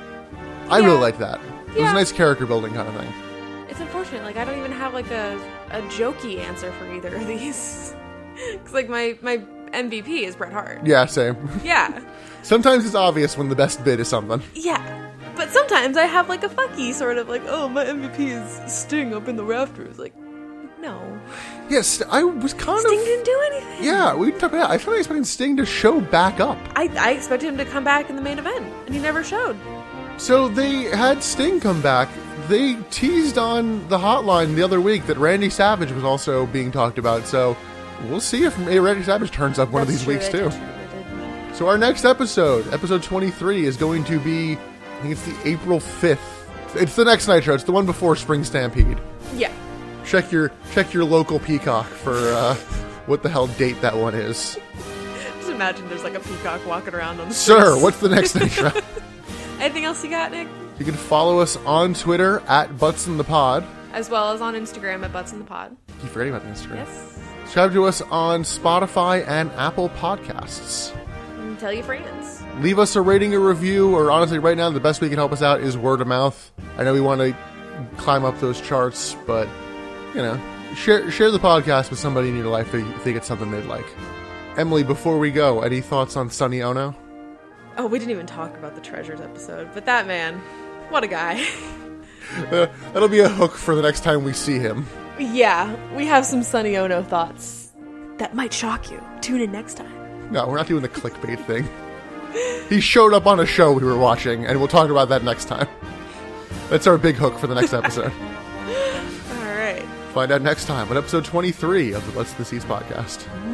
[SPEAKER 1] I
[SPEAKER 2] Yeah.
[SPEAKER 1] really liked that. It was
[SPEAKER 2] Yeah.
[SPEAKER 1] a nice character building kind of thing.
[SPEAKER 2] It's unfortunate. Like I don't even have like a, a jokey answer for either of these. [LAUGHS] Cause like my my MVP is
[SPEAKER 1] [LAUGHS]
[SPEAKER 2] Bret Hart.
[SPEAKER 1] Yeah, same.
[SPEAKER 2] Yeah,
[SPEAKER 1] Sometimes it's obvious when the best bid is something.
[SPEAKER 2] yeah. But sometimes I have like a fucky sort of like, oh my MVP is Sting up in the rafters. Like, No.
[SPEAKER 1] Yes, I was kind
[SPEAKER 2] Sting
[SPEAKER 1] of.
[SPEAKER 2] didn't do anything.
[SPEAKER 1] Yeah, we talked about. I was kind of expecting Sting to show back up.
[SPEAKER 2] I, I expected him to come back in the main event, and he never showed.
[SPEAKER 1] So they had Sting come back. They teased on the hotline the other week that Randy Savage was also being talked about. So we'll see if Randy Savage turns up one of
[SPEAKER 2] That's
[SPEAKER 1] these
[SPEAKER 2] true,
[SPEAKER 1] weeks
[SPEAKER 2] I
[SPEAKER 1] too.
[SPEAKER 2] did- I did-
[SPEAKER 1] So our next episode, episode 23, is going to be, I think it's the April 5th. It's the next Nitro. It's the one before Spring Stampede.
[SPEAKER 2] Yeah.
[SPEAKER 1] Check your check your local Peacock for uh, what the hell date that one is.
[SPEAKER 2] Just imagine there's like a peacock walking around on the
[SPEAKER 1] Sir,
[SPEAKER 2] streets.
[SPEAKER 1] what's the next Nitro? [LAUGHS]
[SPEAKER 2] Anything else you got, Nick?
[SPEAKER 1] You can follow us on Twitter at Butts in the Pod.
[SPEAKER 2] As well as on Instagram at Butts in the Pod.
[SPEAKER 1] You forgetting about the Instagram?
[SPEAKER 2] Yes.
[SPEAKER 1] Subscribe to us on Spotify and Apple Podcasts.
[SPEAKER 2] And tell your friends.
[SPEAKER 1] Leave us a rating, a review, or honestly, right now, the best way you can help us out is word of mouth. I know we want to climb up those charts, but, you know, share, share the podcast with somebody in your life that you think it's something they'd like. Emily, before we go, any thoughts on Sonny Ono?
[SPEAKER 2] Oh, we didn't even talk about the treasures episode, but that man, what a guy. [LAUGHS]
[SPEAKER 1] Uh, that'll be a hook for the next time we see him.
[SPEAKER 2] yeah, we have some Sunny Ono thoughts that might shock you. Tune in next time.
[SPEAKER 1] No, we're not doing the clickbait thing. He showed up on a show we were watching, and we'll talk about that next time. That's our big hook for the next episode.
[SPEAKER 2] All right.
[SPEAKER 1] Find out next time on episode 23 of the Let's the Seas podcast.